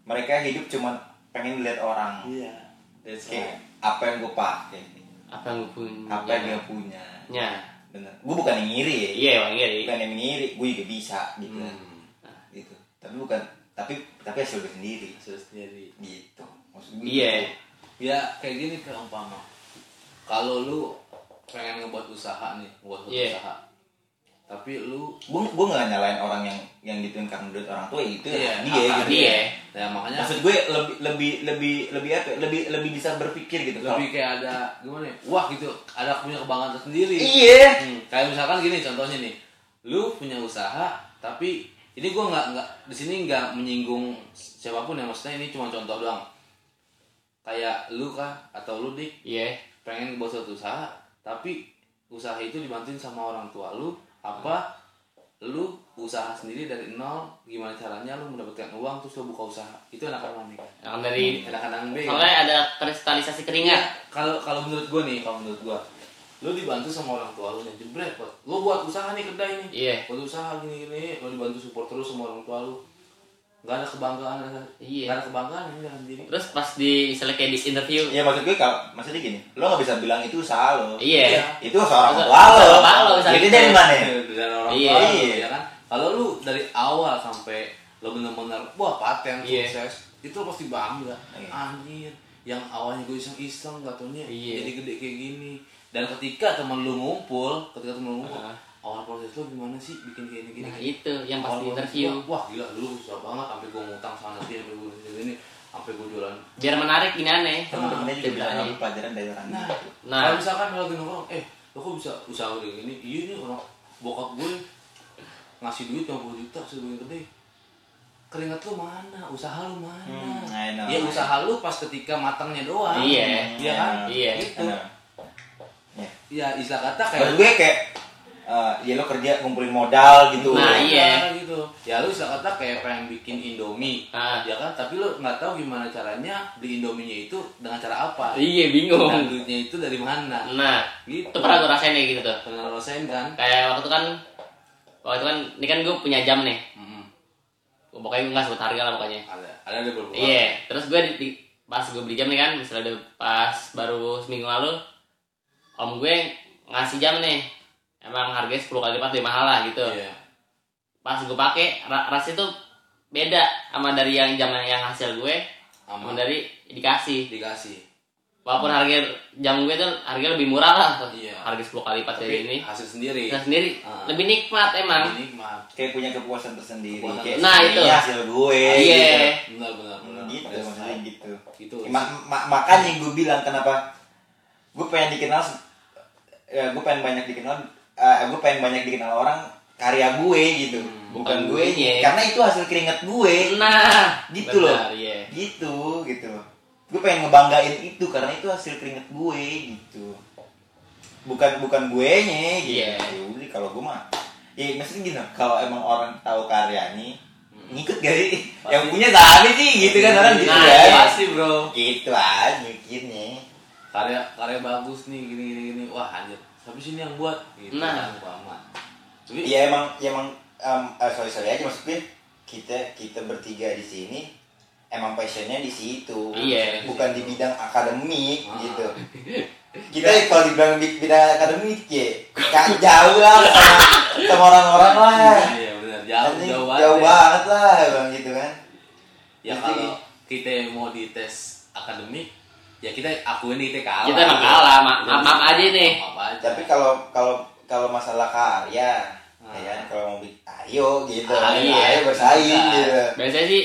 C: mereka hidup cuman pengen lihat orang.
D: Iya.
A: That's
C: Kayak
B: Iya.
A: right.
C: apa yang gue pakai,
B: Apa yang gue punya?
C: apa yang dia punya.
B: punya?
C: Bener. Gue bukan yang ngiri ya.
B: Iya, emang iya. Dik.
C: bukan yang ngiri gue juga bisa gitu
A: hmm.
C: gitu tapi bukan tapi tapi hasil gue sendiri
A: terus sendiri
C: gitu maksud gue
B: Iya.
C: gitu.
A: ya kayak gini kayak umpama kalau lu pengen ngebuat usaha nih buat
B: Iya.
A: usaha tapi lu
C: gue gue nggak nyalain orang yang yang gituin karena duit orang tua ya itu
A: Iya,
C: hak dia
A: hak
C: gitu
B: Iya.
A: ya makanya
C: maksud gue lebih lebih lebih lebih apa ya, lebih lebih bisa berpikir gitu
A: lebih kayak ada gimana ya wah gitu ada punya kebanggaan tersendiri
C: iya
A: Hmm, kayak misalkan gini contohnya nih lu punya usaha tapi ini gua nggak nggak di sini nggak menyinggung siapapun ya maksudnya ini cuma contoh doang kayak lu kah atau lu dik
B: Iya.
A: pengen buat suatu usaha tapi usaha itu dibantuin sama orang tua lu apa lu usaha sendiri dari nol gimana caranya lu mendapatkan uang terus lu buka usaha itu anak anak nih
B: Yang dari
A: anak anak B
B: Soalnya ada kristalisasi keringat.
A: kalau kalau menurut gua nih kalau menurut gua lu dibantu sama orang tua lu nih jebret Pot. lu buat usaha nih kedai nih
B: Iya.
A: buat usaha gini gini lu dibantu support terus sama orang tua lu nggak ada kebanggaan nggak ada-
B: Iya.
A: nggak ada kebanggaan ini dalam diri
B: Terus pas di misalnya kayak di interview,
C: ya maksud gue kalau maksudnya gini lo nggak bisa bilang itu usaha lo
B: Iya.
C: itu usaha orang
B: Usaha-
C: tua lo
B: usaha orang tua lo, usaha
C: jadi
B: kita.
C: dari mana ya?
A: dan orang
B: Iya.
A: tua lu, ya kan kalau lu dari awal sampai lu bener-bener wah paten
B: Iya.
A: sukses itu lu pasti bangga
C: Iya.
A: anjir yang awalnya gue iseng-iseng gak taunya
B: Iya.
A: jadi gede kayak gini dan ketika teman lu ngumpul ketika teman lu ngumpul
B: Ah.
A: awal proses lu gimana sih bikin kayak gini
B: nah
A: gini
B: itu yang
A: Awal
B: pas di
A: proses
B: interview.
A: gua, wah gila dulu susah banget sampai gue ngutang sana sini sampai gue ini ini sampai gue jualan
B: Biar menarik ini aneh.
C: temen-temennya juga bisa
B: Ceritanya.
C: ngambil pelajaran dari orang
A: Nah,
C: itu
B: Nah.
A: kalau misalkan kalau gini orang, eh, lo kok bisa usaha kayak gini? Iya nih orang bokap gue ngasih duit 50 juta sebelum gede. Keringat lu mana? Usaha lu mana?
C: Hmm, I know.
A: Ya usaha lu pas ketika matangnya doang.
B: Iya.
A: Iya kan?
B: Iya.
A: Gitu.
C: Nah,
A: Ya istilah kata kayak
C: Maksud gue kayak eh, ya lo kerja ngumpulin modal gitu
B: Nah, iya.
A: gitu. Ya lu bisa kata kayak pengen bikin Indomie.
B: Ah.
A: Ya kan, tapi lu nggak tahu gimana caranya beli Indominya itu dengan cara apa.
B: iya
A: Dan
B: bingung
A: duitnya itu dari mana?
B: nah
A: Gitu.
B: itu pernah gue rasain kayak gitu tuh
A: Pernah rasain kan?
B: kayak waktu itu kan waktu itu kan ini kan gue punya jam nih
A: Mm-mm.
B: Gua- pokoknya gue nggak sebut harga lah pokoknya
A: Hmm. Ada, ada ada berbuat.
B: iya terus gue di, di- pas gue beli jam nih kan misalnya udah pas baru seminggu lalu om gue ngasih jam nih emang harganya 10 kali lipat lebih mahal lah gitu
A: Iya.
B: pas gue pakai ra- rasanya tuh beda sama dari yang jam yang hasil gue sama
A: Aman.
B: dari dikasih
A: Dikasih.
B: walaupun harga jam gue tuh harga lebih murah lah
A: Iya.
B: harga 10 kali lipat dari
A: Tapi
B: ini
A: hasil sendiri.
B: Nah, sendiri
A: Ah.
B: lebih nikmat emang
A: Ini nikmat.
C: kayak punya kepuasan tersendiri
A: Kepuasan
C: kayak
B: Nah, itu.
C: ini hasil gue
B: Iya.
A: Benar benar benar.
C: gitu, gitu
A: Ada
C: maksudnya
A: selain.
C: gitu
A: Gitu.
C: Ma- ma- makanya gue bilang kenapa gue pengen dikenal se- ya, gue pengen banyak dikenal eh, gue pengen banyak dikenal orang karya gue gitu
B: Hmm,
C: bukan
B: bukan
C: gue
B: guenya.
C: karena itu hasil keringat gue
B: nah
C: gitu loh
B: benar, iya.
C: gitu gitu gue pengen ngebanggain itu karena itu hasil keringat gue gitu bukan bukan gue nya gitu
B: Iya.
C: Ya udah, kalau gue mah ya maksudnya gini kalau emang orang tahu karyanya ngikut gak sih yang punya tapi sih gitu kan orang gitu
B: Nah,
C: ya
B: Hmm. iya.
A: Pasti bro.
C: gitu aja mikirnya
A: Karya karya bagus nih gini gini gini. Wah anjir. Tapi sini yang buat. Gitu
B: Nah.
A: kan, aman. Tapi
C: ya emang ya emang em, eh, sorry sorry aja maksudnya kita kita bertiga di sini emang passionnya di situ
B: Iya.
C: bukan di bidang akademik
A: Ah.
C: gitu kita kalau dibilang di bidang akademik ya ka- jauh lah sama, sama orang-orang lah
A: Iya benar. Jauh
C: Ini
A: jauh
C: jauh
A: banget.
C: banget lah bang gitu kan
A: Ya kalau kita mau dites akademik, ya kita akuin kita kalah.
B: kita emang kalah ma- maaf maaf aja nih
A: Maaf aja.
C: tapi kalau kalau kalau masalah karya
A: Ah.
C: ya kan kalau mau bi- ayo gitu
B: Ah, iya.
C: ayo bersaing
A: Nah.
C: gitu
B: biasanya sih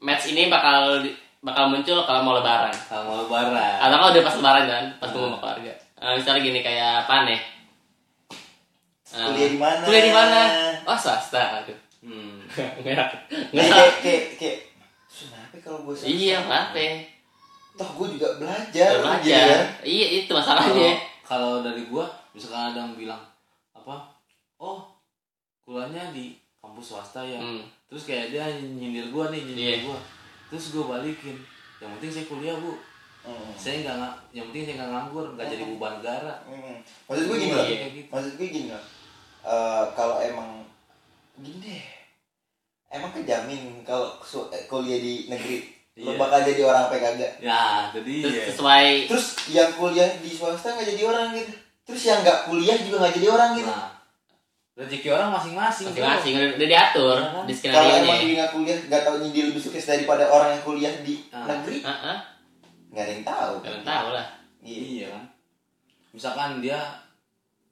B: match ini bakal di- bakal muncul kalau mau lebaran
A: kalau mau lebaran.
B: atau kalau udah pas lebaran kan pas kumpul sama keluarga Eh, misalnya gini kayak apa nih Eh,
C: Kuliah di mana?
B: kuliah di mana oh swasta aduh *laughs*
A: Hmm.
B: nggak
C: Kayak-
B: nggak
C: kayak kayak kayak kenapa ya kalau gue salah?
B: iya kenapa
C: toh gue juga belajar,
B: Belum
C: gitu
B: aja.
C: kan.
B: Iya itu
A: Kalau
B: masalahnya.
A: kalau dari gua, misalkan ada yang bilang apa? Oh, kuliahnya di kampus swasta ya.
B: Hmm.
A: Terus kayak dia nyindir gua nih, nyindir
B: Iya.
A: gua. Terus gua balikin. Yang penting saya kuliah, Bu.
C: Mm.
A: Saya nggak nga- yang penting saya nggak nganggur, nggak jadi beban negara. gitu.
C: Mm. maksud gue gini loh
B: Iya.
C: maksud gue gini loh Eh, kalau emang gini deh emang kejamin kalau su- eh, kuliah di negeri lo
A: Iya.
C: bakal jadi orang apa kagak
A: Ya, jadi
B: Terus
A: ya.
B: sesuai
C: terus yang kuliah di swasta nggak jadi orang gitu terus yang nggak kuliah juga nggak jadi orang gitu
A: Nah, rezeki orang masing-masing. Bro.
B: masing-masing udah, udah diatur
A: Iya.
B: di
C: kalau
B: skenario nya.
C: emang dia nggak kuliah nggak tahu dia lebih sukses daripada orang yang kuliah di
A: Ah.
C: negeri
B: Heeh,
C: nggak ada yang tahu
B: kalian tahu lah.
C: Iya.
A: Iya kan. Misalkan dia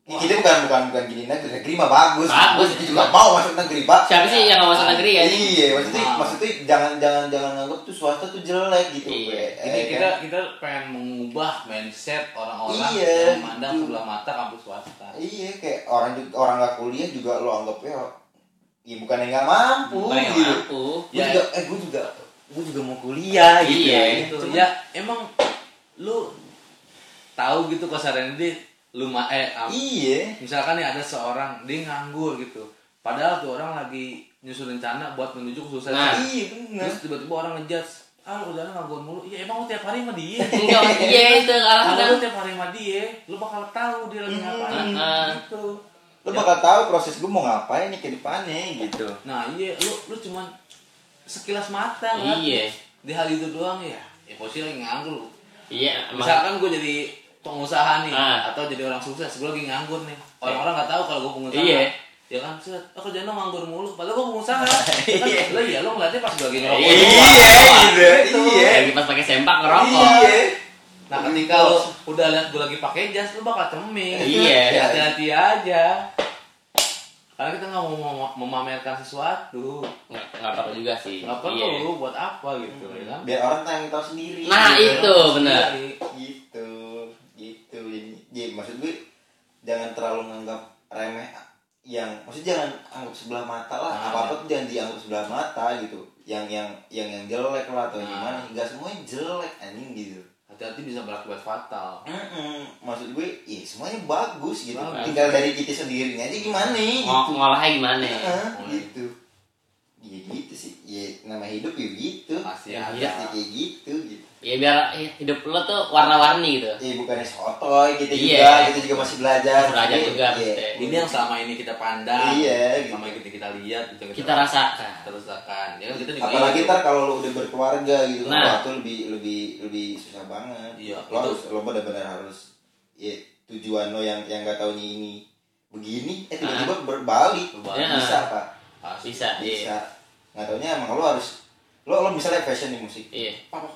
C: Ini kita bukan kan bukan bukan gini negeri negeri mah bagus.
B: Bagus.
C: Kita juga mau masuk negeri pak.
B: Siapa sih yang nggak masuk negeri ya?
C: Iya, maksudnya
A: Nah.
C: maksudnya jangan jangan jangan nganggap tuh swasta tuh jelek gitu.
B: Iya.
C: Bre.
A: ini
C: Eh,
A: kita
C: kan?
A: kita pengen mengubah mindset orang-orang
C: Iya,
A: yang memandang
C: gitu.
A: sebelah mata kampus swasta.
C: Iya, kayak orang juga- orang nggak kuliah juga lo anggapnya ya bukan yang nggak mampu
B: Bukan yang
C: gitu.
B: mampu.
C: Gue
A: Ya.
C: juga eh gue juga gue juga mau kuliah gitu.
B: Iya,
C: ya.
A: Gitu.
C: Cuman-
A: Ya emang lu tahu gitu kasarnya dia lu ma- eh am-
C: Iya.
A: misalkan nih ada seorang dia nganggur gitu. Padahal tuh orang lagi nyusun rencana buat menuju ke sukses.
B: Nah.
C: Iya benar.
A: Terus tiba-tiba orang ngejudge, ah lu kerjaan nganggur mulu. Ya emang lu tiap hari sama
C: *laughs*
A: dia.
B: Enggak, iya itu
A: Kalau
B: alasan.
A: lu tiap hari sama dia, lu bakal tahu dia lagi ngapain
B: Heeh.
A: gitu.
C: Lo bakal tahu proses gue mau ngapain nih ke depannya gitu.
A: Nah, iya lu lu cuman sekilas mata kan.
B: Iya.
A: Di hal itu doang ya. Ya posisi lagi nganggur. lu.
B: Iya, emang
A: Misalkan gue jadi pengusaha nih
B: Ah.
A: atau jadi orang sukses, gue lagi nganggur nih. Orang-orang nggak tahu kalau gue pengusaha.
B: Iya.
A: Ya kan, set, oh, kerjaan lo nganggur mulu, padahal gue
B: *laughs*
A: pengusaha. Ya kan, lo iya, lo ngeliatnya pas gue lagi ngerokok.
B: Iya,
A: doang.
C: gitu. Iya.
B: lagi pas pakai sempak ngerokok.
C: Iya.
A: Nah, ketika lo udah lihat gue lagi pakai jas, lo bakal ceming.
B: Iya.
A: Ya, Hati-hati aja. Karena kita nggak mau mem- memamerkan sesuatu.
B: Nggak nggak perlu juga sih.
A: Nggak
B: Iya.
A: perlu buat apa gitu, ya kan?
C: Biar orang tanya tahu sendiri.
B: Nah,
C: gitu.
B: itu benar.
A: Iya.
C: gitu gitu jadi, jadi maksud gue jangan terlalu menganggap remeh yang maksudnya jangan anggap sebelah mata lah
A: Nah,
C: apa apa tuh jangan dianggap sebelah mata gitu yang yang yang yang jelek lah atau
A: Nah.
C: gimana nggak semuanya jelek anjing gitu
A: nanti bisa berakibat fatal
H: Mm-mm. maksud gue
C: Iya semuanya bagus gitu.
A: Bagus. Oh,
C: Tinggal dari kita sendirinya aja gimana gitu.
B: Ngo- ngolahnya gimana ya?
C: Heeh,
A: Mulai.
C: gitu. Iya gitu sih. Ya nama hidup ya gitu.
A: pasti
B: Ya,
A: ada
B: iya.
C: Pasti kayak gitu gitu.
B: ya biar hidup lo tuh warna-warni gitu
C: Eh bukannya sotoy gitu
B: Iya.
C: juga, kita juga masih belajar.
B: Masih belajar
C: Iya,
B: juga,
C: Iya.
B: maksudnya.
A: ini yang selama ini kita pandang
C: Iya, gitu.
A: selama ini kita, kita lihat gitu,
B: kita rasakan
A: terus akan ya kan kita juga
C: Apalagi
A: gitu.
C: ntar kalau lo udah berkeluarga gitu,
B: Nah.
C: nah. itu lebih lebih lebih susah banget.
A: Iya,
C: Lo
A: itu-
C: harus lo benar-benar harus ya, tujuan lo yang yang gak taunya ini begini, eh tiba-tiba berbalik.
A: Berbalik.
C: Bisa pak,
A: Pasti.
B: bisa iya
C: bisa. Nggak taunya emang lo harus lo lo misalnya fashion di musik,
B: iya
C: Papa,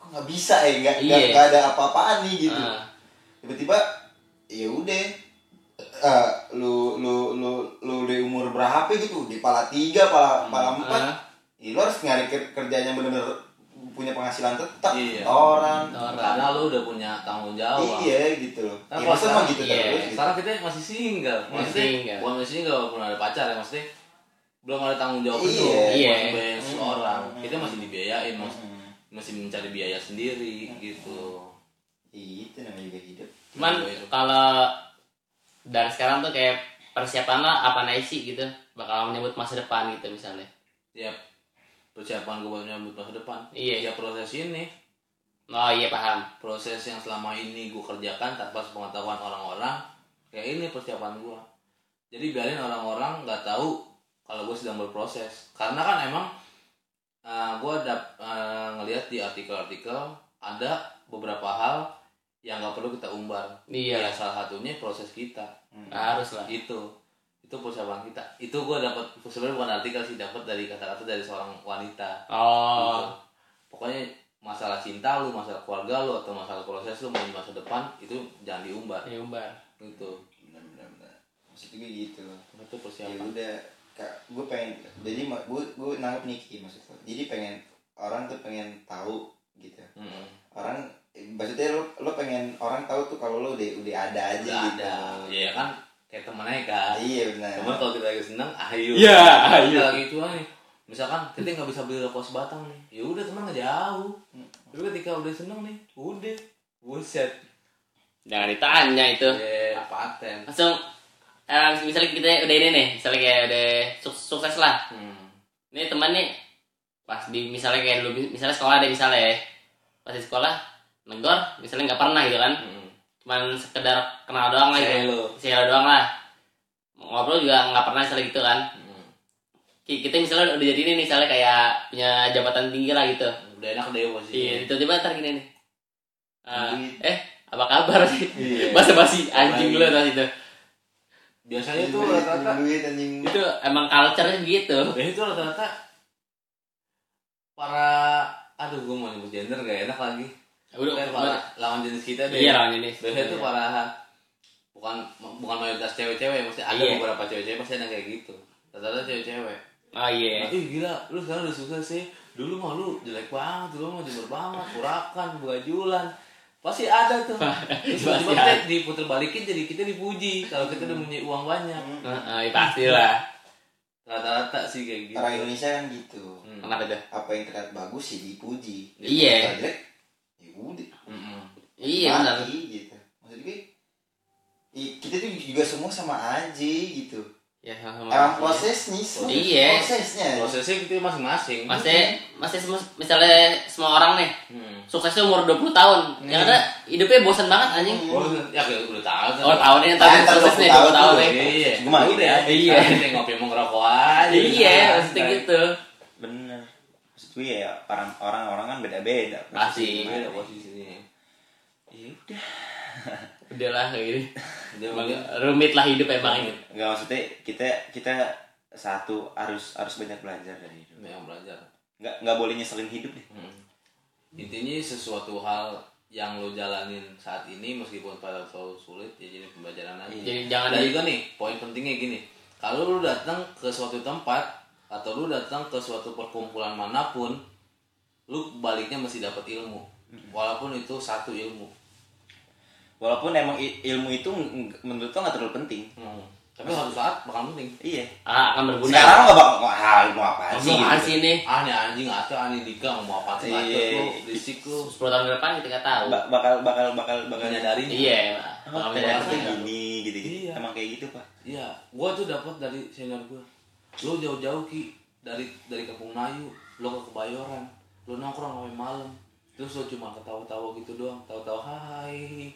C: kok nggak bisa ya nggak nggak
B: Iya.
C: nggak ada apa-apaan nih gitu
B: Ah,
C: tiba-tiba ya udah Eh, lu lu lu lu udah umur berapa gitu di pala tiga pala pala empat
B: ah,
C: ya, lu harus nyari ker- kerjanya bener-bener punya penghasilan tetap
A: Iya.
C: orang
B: orang
A: karena lu udah punya tanggung jawab
C: iya gitu loh
A: Nah,
C: ya,
A: kalau
C: masa mah
A: sekarang-
C: gitu
B: iya.
C: terus gitu.
A: sekarang kita masih single
B: Masih
A: maksudnya
B: single.
A: bukan masih single belum ada pacar ya maksudnya belum ada tanggung jawab
C: Iya.
A: itu
B: Iya.
A: buat bayar seorang kita masih dibiayain mas
C: Hmm.
A: masih mencari biaya sendiri gitu
C: Iya, gitu namanya juga hidup
B: cuman kalau dan sekarang tuh kayak persiapan lah apa naik sih gitu bakal menyebut masa depan gitu misalnya
A: tiap persiapan gue buat menyambut masa depan ya
B: Iya.
A: proses ini
B: oh iya paham
A: proses yang selama ini gue kerjakan tanpa sepengetahuan orang-orang kayak ini persiapan gue jadi biarin orang-orang nggak tahu kalau gue sedang berproses karena kan emang gue dap eh, ngelihat di artikel-artikel ada beberapa hal yang nggak perlu kita umbar
B: iya
A: ya salah satunya proses kita
C: Hmm.
B: harus lah
A: itu itu persiapan kita itu gue dapat sebenarnya bukan artikel sih dapat dari kata-kata dari seorang wanita
B: oh
A: Gitu. Pokoknya masalah cinta lu, masalah keluarga lu atau masalah proses lu mau di masa depan itu jangan diumbar
B: ya umbar
A: gitu.
C: bener-bener maksud gue gitu loh
A: Itu
C: ya
A: persiapan.
C: udah gue pengen jadi ma- gue gue nangkep Niki maksudnya jadi pengen orang tuh pengen tahu gitu
A: Mm-mm.
C: orang maksudnya lo lo pengen orang tahu tuh kalau lo udah udah ada aja
A: Udah
C: gitu.
A: Iya, kan? ada. Ya kan kayak temennya kan.
C: Iya benar.
A: Cuman kalau kita lagi seneng, ayo.
B: Iya,
A: Kalau
B: ayo.
A: kita Lagi itu nih. Misalkan kita nggak bisa beli rokok sebatang nih. Ya udah teman nggak jauh. Tapi ketika udah seneng nih, udah buset.
B: jangan ditanya itu
A: Ya, paten.
B: langsung eh, misalnya kita udah ini nih misalnya kayak udah suk- sukses lah
A: Hmm.
B: ini teman nih pas di misalnya kayak dulu misalnya sekolah deh misalnya ya pas di sekolah negor misalnya nggak pernah gitu kan
A: Mm-mm.
B: cuman sekedar kenal doang lah
A: Say
B: gitu
A: hello.
B: saya doang lah ngobrol juga nggak pernah misalnya gitu kan
A: Mm.
B: Ki- kita misalnya udah jadi ini nih, misalnya kayak punya jabatan tinggi lah gitu
A: Udah enak deh
B: iya
A: posisinya.
B: tiba-tiba ntar gini nih Ah,
C: Duit.
B: eh apa kabar sih
C: Iya.
B: basa basi anjing lu
A: Baik.
B: tadi itu
A: Biasanya
B: ah,
C: Anjing
A: tuh
C: duit,
A: rata-rata
C: anjing duit anjing.
B: itu emang culture-nya begitu
A: Dan itu rata-rata para aduh gue mau nyebut gender gak enak lagi.
B: udah
A: Kayak para lawan jenis kita deh.
B: iya lawan jenis
A: Biasanya tuh para bukan bukan mayoritas cewek-cewek maksudnya ada
B: Iya.
A: beberapa cewek-cewek pasti ada kayak gitu. Rata-rata cewek-cewek.
B: oh iya
A: Ih gila, lu sekarang udah sukses sih. Dulu mah lu jelek banget, dulu mah jember banget, kurakan, buajulan. Pasti ada
B: *laughs*
A: tuh. Terus tiba-tiba
B: Pasti
A: kita diputer balikin jadi kita dipuji kalau kita udah punya uang banyak.
C: Hmm.
B: Heeh, iya pasti lah.
A: Rata-rata sih kayak gitu.
C: Orang Indonesia kan gitu.
A: Hmm.
B: Kenapa tuh?
C: Apa yang terlihat bagus sih dipuji.
B: Iya.
C: Kalau jelek, ya udah.
A: Mm-mm.
B: Iya benar.
C: Mati, gitu. Maksud gue i- kita tuh juga semua sama aja gitu.
B: Ya sama-sama.
C: Emang proses nih, semua
B: Iya.
C: prosesnya.
A: prosesnya kita masing-masing
B: Masih masih semua misalnya semua orang nih
A: hmm.
B: suksesnya umur 20 tahun. Yang ada hidupnya bosan banget anjing.
A: oh, ya
C: Iya.
A: udah- udah tahu kan.
B: Oh, tahunnya tahun
C: Eh, Ntar
B: suksesnya 20
C: 20
B: tahun
C: tahun
B: nih.
A: iya
I: Gua mah
A: udah
B: Iya.
A: iya kita ngopi mau ngerokok aja
B: Iya,
A: Santai.
B: maksudnya gitu.
I: bener maksud gue ya para- orang-orang kan beda-beda
B: Pasti.
A: Gimana ada posisinya Iya udah
B: Udahlah kayak gini.
A: Udah,
B: Emang
A: udah.
B: rumit lah hidup ya, emang
C: Iya.
B: ini.
I: nggak maksudnya kita kita satu harus harus banyak belajar dari hidup
A: Ini yang belajar
I: nggak nggak boleh nyeselin hidup deh
A: Hmm. intinya sesuatu hal yang lo jalanin saat ini meskipun pada waktu sulit ya jadi pembelajaran aja
B: Jadi
C: Iya.
B: jangan
A: Dan
B: di-
A: juga nih poin pentingnya gini, kalau lu datang ke suatu tempat atau lu datang ke suatu perkumpulan manapun, lu baliknya mesti dapat ilmu, walaupun itu satu ilmu.
I: walaupun emang i- ilmu itu ng- ng- menurut lo nggak terlalu penting
A: Hmm. tapi suatu saat bakal penting
C: Iya.
B: ah akan berguna
C: Sekarang gitu. nggak bakal wah mau apaan sih?
B: Apaan sih ini
A: ah nih anjing atau ani dika mau apa sih
C: Iya.
A: atau lu berisik lu
B: 10 tahun ke depan kita nggak tahu
C: Ba- bakal bakal bakal bakal nyadari
B: iya Pak.
C: emang
B: Bakal ya." beda.
C: ternyata gini gitu gitu
A: Iya.
C: emang kayak gitu pak
A: iya gua tuh dapat dari senior gua lu jauh-jauh ki dari dari kampung Melayu lu ke kebayoran lu nongkrong sampai malam terus lu cuma ketawa-tawa gitu doang tawa-tawa hai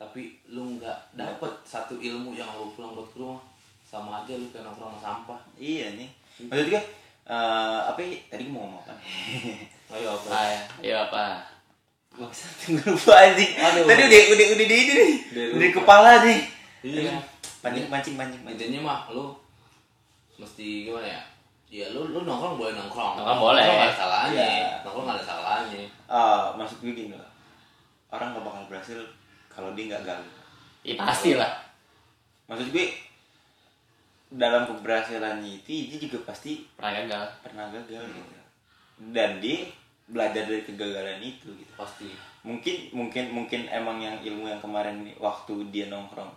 A: tapi lu nggak dapet satu ilmu yang lu pulang buat ke rumah sama aja lu kayak nongkrong sampah
C: iya nih maksud gue eh, apa ya? tadi gua mau ngomong apa *laughs*
G: Ayo apa?
A: Nah,
B: ayo Iya, apa
C: Bangsa, tunggu lupa anjing tadi udah udah udah di ini nih udah di kepala nih
A: iya
C: pancing pancing pancing pancing
A: ya. intinya mah lu mesti gimana ya ya lu lu nongkrong boleh nongkrong
B: Nongkrong boleh.
A: nggak ada salahnya
C: Iya.
A: nongkrong nggak ada salahnya
C: Eh, maksud gue gini lah orang gak bakal berhasil kalau dia nggak gagal
B: ya pasti lah
C: maksud gue dalam keberhasilan itu dia juga pasti
B: pernah kan, gagal
C: pernah gagal gitu. dan dia belajar dari kegagalan itu gitu
A: pasti
C: mungkin mungkin mungkin emang yang ilmu yang kemarin nih, waktu dia nongkrong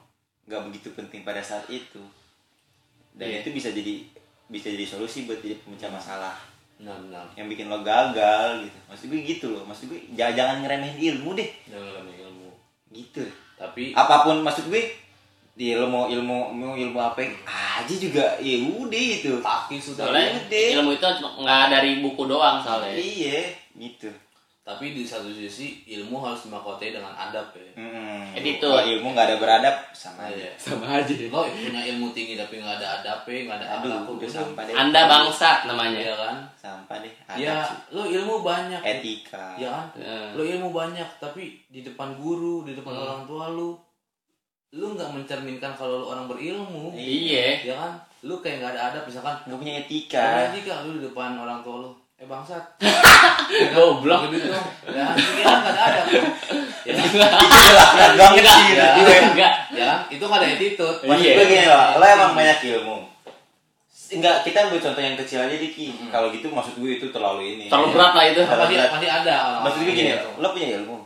C: nggak begitu penting pada saat itu dan
B: Iya.
C: itu bisa jadi bisa jadi solusi buat jadi pemecah masalah
A: benar-benar
C: yang bikin lo gagal gitu maksud gue gitu loh maksud gue ja- jangan ngeremehin ilmu deh
A: dalam ilmu
C: gitu
A: tapi
C: apapun maksud gue di ilmu ilmu ilmu ilmu apa yang- aja juga ya udah gitu
A: kaki sudah
B: soalnya
C: deh.
B: ilmu itu cuma- nggak dari buku doang soalnya
C: iya gitu
A: tapi di satu sisi ilmu harus dimakotai dengan adab ya
C: Mm-mm.
B: Jadi itu.
C: Kalau ilmu nggak ada beradab Nah, sama aja
A: iya
B: sama aja
A: lo punya ilmu tinggi tapi nggak ada adab ya nggak ada
C: aduh
A: akhlak
C: udah sampah deh
B: anda bangsat
C: Iya.
B: namanya
A: ya kan
C: sampah deh Adab
A: ya
C: sih.
A: lo ilmu banyak
C: etika
A: ya kan
B: Eh,
A: lo ilmu banyak tapi di depan guru di depan
B: Hmm.
A: orang tua lu lu nggak mencerminkan kalau lu orang berilmu
B: iya
A: ya kan lu kayak nggak ada adab misalkan
C: nggak punya
A: Karena
C: etika
A: jika lu di depan orang tua lu eh bangsat
B: goblok
A: gitu dong ya *laughs* itu kan nggak ada adab tuh. ya kan
C: Nggak banget sih
B: enggak
C: gitu.
B: enggak, enggak
A: ya kan itu kan ada attitude
C: maksud
B: Iya.
C: gue gini loh lo emang banyak ilmu enggak kita ambil contoh yang kecil aja deh Ki kalau gitu maksud gue itu terlalu ini Iya.
B: terlalu berat Iya. lah itu
A: pasti pasti ada Gitu. orang
C: maksud gue gini lo punya ilmu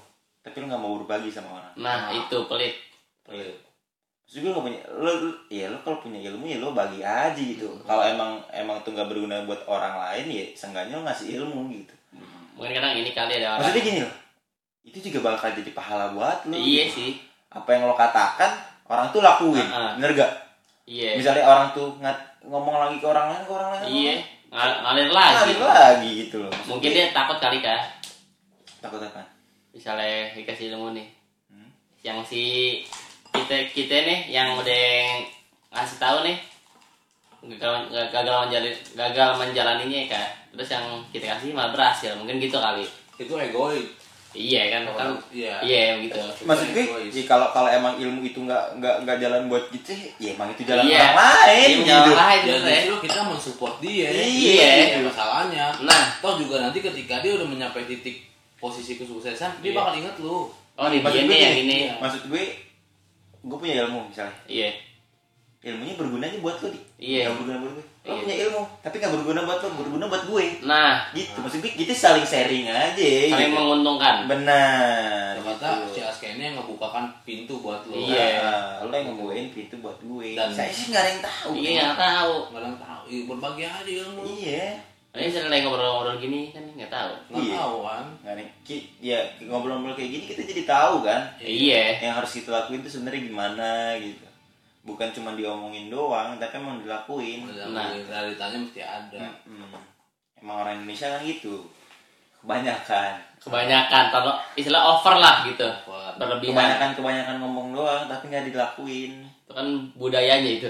C: tapi lo nggak mau berbagi sama orang
B: nah itu pelit
C: maksud gue nggak punya lo lo- ya lo kalau punya ilmu ya lo bagi aja gitu
B: Hmm.
C: kalau emang emang itu nggak berguna buat orang lain ya seenggaknya lo ngasih ilmu gitu
B: mungkin kadang ini kali ada orang
C: maksudnya gini loh itu juga bakal jadi pahala buat lo
B: iya sih
C: apa yang lo katakan orang tuh lakuin
B: Ah, ah.
C: bener gak
B: iya
C: misalnya orang tuh ngat, ngomong lagi ke orang lain ke orang lain
B: iya Ngal- ngalir
C: orang lain.
B: lagi
C: Ngalir lagi gitu loh
B: mungkin Iya, dia takut kali kah
C: takut apa
B: misalnya dikasih ilmu nih
C: Hmm.
B: yang si kita kita nih yang udah ngasih tahu nih gagal gagal menjalani gagal menjalaninya kan terus yang kita kasih malah berhasil mungkin gitu kali
A: itu egois
B: iya kan kan
A: iya
B: iya emang gitu
C: maksud gue
A: Egois.
C: ya kalau kalau emang ilmu itu nggak nggak nggak jalan buat gitu ya emang itu jalan
B: Iya.
C: orang lain
B: Iya,
C: gitu
B: orang lain,
A: ya
B: bener ya.
A: justru kita mensupport dia
B: Iya.
A: Itu masalahnya
B: nah
A: toh juga nanti ketika dia udah mencapai titik posisi kesuksesan dia
B: Iya.
A: bakal inget lu
B: oh di
C: Maksud
B: dia
C: gue
B: nih yang
C: gini, iya.
B: ini
C: maksud gue gue punya ilmu misalnya
B: iya
C: ilmunya berguna aja buat lo di
B: Iya.
C: Nggak berguna buat gue lo
B: Iya.
C: punya ilmu tapi nggak berguna buat lo berguna buat gue
B: nah
C: gitu maksud gue kita saling sharing aja
B: saling
C: gitu.
B: menguntungkan
C: benar
A: ternyata
C: gitu.
A: si Askenya ngebukakan pintu buat lu
B: Iya.
C: Ah, lo yang ngebukain pintu buat gue
A: Dan-
C: saya sih nggak ada yang tahu
B: iya nggak tahu
A: nggak ada yang tahu Ih, berbagi aja ilmu lu
C: iya
B: ini sering lagi ngobrol-ngobrol gini kan nggak tahu
A: nggak
C: Iya.
A: tahu kan
C: nggak ada yang- ki- ya ngobrol-ngobrol kayak gini kita jadi tahu kan
B: iya
C: yang harus kita lakuin itu sebenarnya gimana gitu bukan cuma diomongin doang tapi emang dilakuin
A: nah. realitanya mesti ada
C: Mm-mm. emang orang Indonesia kan gitu kebanyakan
B: kebanyakan kalau istilah over lah gitu
A: Wah,
B: berlebihan
C: kebanyakan kebanyakan ngomong doang tapi nggak dilakuin *laughs*
B: itu kan budayanya itu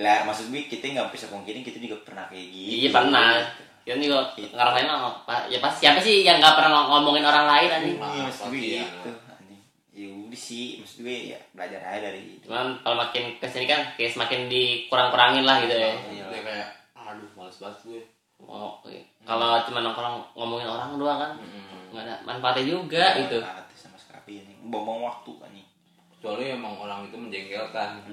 C: lah maksud gue kita nggak bisa pungkiri kita juga pernah kayak
B: Iya
C: gitu
B: pernah. Kita juga ngerasain lah. Pak. Ya pasti siapa sih yang nggak pernah ngomongin orang lain anjing.
C: Iya, maksud gue
A: Iya.
C: gitu anjing. ya udah sih maksud gue ya belajar aja dari itu
B: Cuman kalau makin kesini kan kayak semakin dikurang-kurangin lah gitu ya.
A: Dia kayak aduh males banget gue
B: Oh, kalau cuma nongkrong ngomongin orang doang kan nggak ada manfaatnya juga gitu.
C: Hati sama sekali ini buang waktu kan nih
A: kecuali emang orang itu menjengkelkan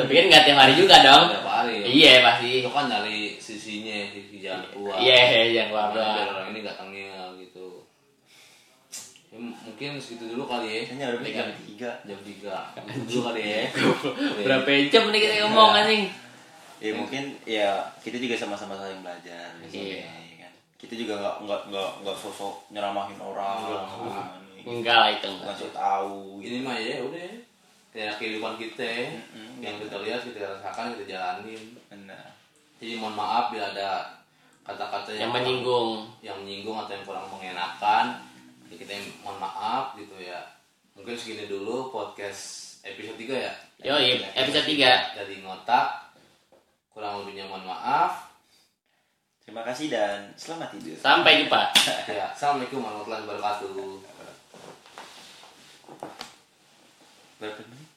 B: Tapi kan nggak tiap hari juga dong.
A: tiap hari
B: Iya pasti.
A: itu kan nyari sisinya sisi jalan keluar
B: Iya, iya, jangan keluar
A: Karena
B: doang.
A: biar orang ini gak tengil gitu Ya, m- mungkin mungkin segitu dulu kali ya
C: Kayaknya udah
B: Ini kan.
C: jam tiga.
A: jam tiga Gitu dulu kali
B: *laughs*
A: ya
B: Berapa jam nih kita ngomong anjing?
C: Ya mungkin ya kita juga sama-sama saling belajar.
B: Iya.
C: ya kan? Kita juga nggak nggak nggak nggak sosok nyeramahin orang.
B: Enggak lah itu enggak.
C: Ngasih tahu.
A: ini
C: Gitu.
A: mah ya udah ya. ya kehidupan kita ya. yang kita lihat kita rasakan kita jalanin
C: Benar.
A: jadi mohon maaf bila ada kata-kata
B: Yang
A: yang,
B: menyinggung.
A: yang menyinggung atau yang kurang mengenakan ya kita yang mohon maaf gitu ya mungkin segini dulu podcast episode 3 ya
B: Yo, iya, episode 3.
A: dari ngotak kurang lebihnya mohon maaf
C: Terima kasih dan selamat tidur.
B: Sampai jumpa.
A: ya assalamualaikum warahmatullahi wabarakatuh
C: Berapa menit?